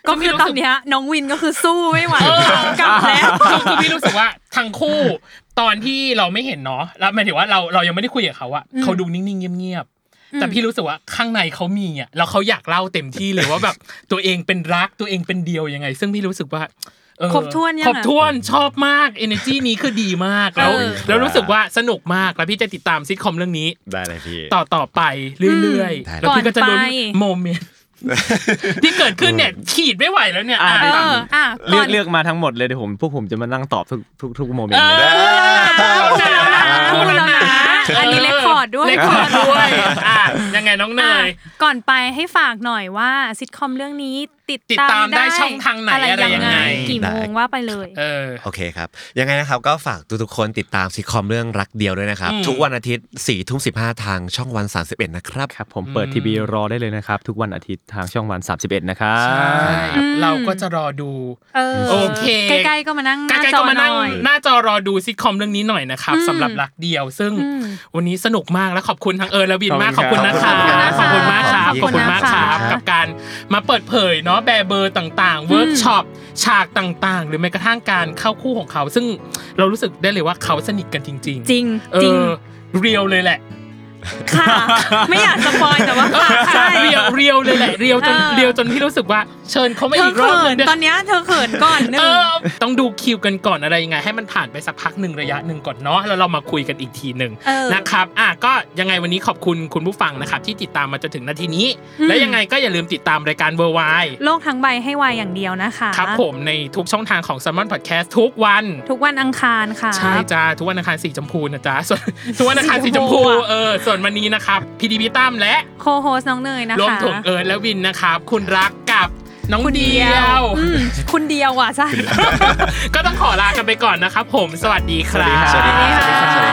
ก็คือตอนเนี้ยน้องวินก็คือสู้ไม่ไหว เออ กลับแล้ว คือคือพี่รู้สึกว่าทั้งคู่ตอนที่เราไม่เห็นเนาะแล้วหมายถึงว่าเราเรายังไม่ได้คุยกับเขาอะเขาดูนิ่งๆเงียบๆแต่พี่รู้สึกว่าข้างในเขามีอะแล้วเขาอยากเล่าเต็มที่เลย *laughs* ว่าแบบตัวเองเป็นรักตัวเองเป็นเดียวยังไง ซึ่งพี่รู้สึกว่าเออ ครบถ้วนยัง ครบ อะ ถ้วนชอบมาก energy นี้คือดีมากแล้ว เออ แล้วรู้สึกว่าสนุกมากแล้วพี่จะติดตามซิทคอมเรื่องนี้ ได้เลยพี่ ต่อต่อไปเรื่อย ได้ ๆแล้วพี่ก็จะลุ้นโมเม *laughs* นต์ที่เกิดขึ้นเนี่ยขีดไม่ไหวแล้วเนี่ย อ่า เอ อ่ะ ออ่ะ เลื ก่ อ อก น เลือกมาทั้งหมดเลยเดี๋ยวผมพวกผมจะมานั่งตอบทุกทุกทุกโมเมน เอ ต์เลย อพูดแล้วนะ พูดแล้วนะอันนี้เรคคอร์ดด้วย เรคคอร์ดด้วยอ่ะยังไงน้องเน อ่ะ ย ก่อนไปให้ฝากหน่อยว่าซิทคอมเรื่องนี้ติด ติดตามได้ช่องทางไหนอะไรยังไง กี่โมงว่าไปเลย เออ โอเคครับ ยังไงนะครับก็ฝากทุกๆคนติดตามซิทคอมเรื่องรักเดียวด้วยนะครับ อืม ทุกวันอาทิตย์4ี่ทุ่มสิทางช่องวัน 31 นะครับ ครับผมเปิดทีวีรอได้เลยนะครับ ทุกวันอาทิตย์ทางช่องวัน 31 นะครั ใช่ บ เราก็จะรอดู เออ โอเค ใกล้ๆก็มานั่งห ใก น้า ล้ๆ จอ ก็มา ห นั่ง น่อย หน้าจอรอดูซิทคอมเรื่องนี้หน่อยนะครับสำหรับรักเดียว ซึ่งวันนี้สนุกมากและขอบคุณทั้งเอิร์นและวินมากข ข อ อ บบ คุ คุณ ณ นะค ครั รับบ ขอบคุณมากครับข ข อ อ บบ คุ คุณมามณาก ก ค ครั รับ บกับการมาเปิดเผยเนาะแบร์เบอร์ต่างๆเวิร์กช็อปฉากต่างๆ หรือแม้กระทั่งการเข้าคู่ของเขา ซึ่งเรารู้สึกได้เลยว่าเขาสนิทกันจริง ๆ จริง เอ จริง อเรียวเลยแหละ ค่ะ ไม่อยากสปอยแต่ว่าค่ะใช่ *laughs* เรียวเรียวเลยแหละเรียวจน เออ เรียวจนพี่รู้สึกว่า เชิญเขามา เธ อี อก รอ เขิ บห น นึงด้วย ตอนเนี้ยเธอเขินก่อนหนึ่ เอง อต้องดูคิวกันก่อนอะไรยังไง ให้มันผ่านไปสักพักหนึ่งระยะหนึ่งก่อนเนาะแล้วเรามาคุยกันอีกทีหนึ่ง เออ นะครับอ่ะก็ยังไงวันนี้ขอบคุณคุณผู้ฟังนะครับที่ติดตามมาจนถึงนาทีนี้ อืม และยังไงก็อย่าลืมติดตามรายการเวอร์ไว โลกทั้งใบให้วายอย่างเดียวนะคะ ครับผมในทุกช่องทางของ s ซ m มอนพอดแคสต์ทุกวัน ทุกวันอังคารค่ะ ใช่จ้า ทุกวันอังคาร *laughs* สีชมพูนะจ๊ะส่วน ทุกวันอังคารสีชมพู สีชมพูอะ เออส่วนวันนี้นะครับพีดีพิตั้มและ โคโฮสน้องเนยนะคะ รวมถึงเอิร์ธและวินนะครับ คุณรักกับน้อง คุณ เดี เดี ย ยว วอืมคุณเดียวอ่ะใช่ *laughs* ก็ต้องขอลากันไปก่อนนะครับผม สวัสดีครับ สวัสดีครับ สวัสดีค่ะ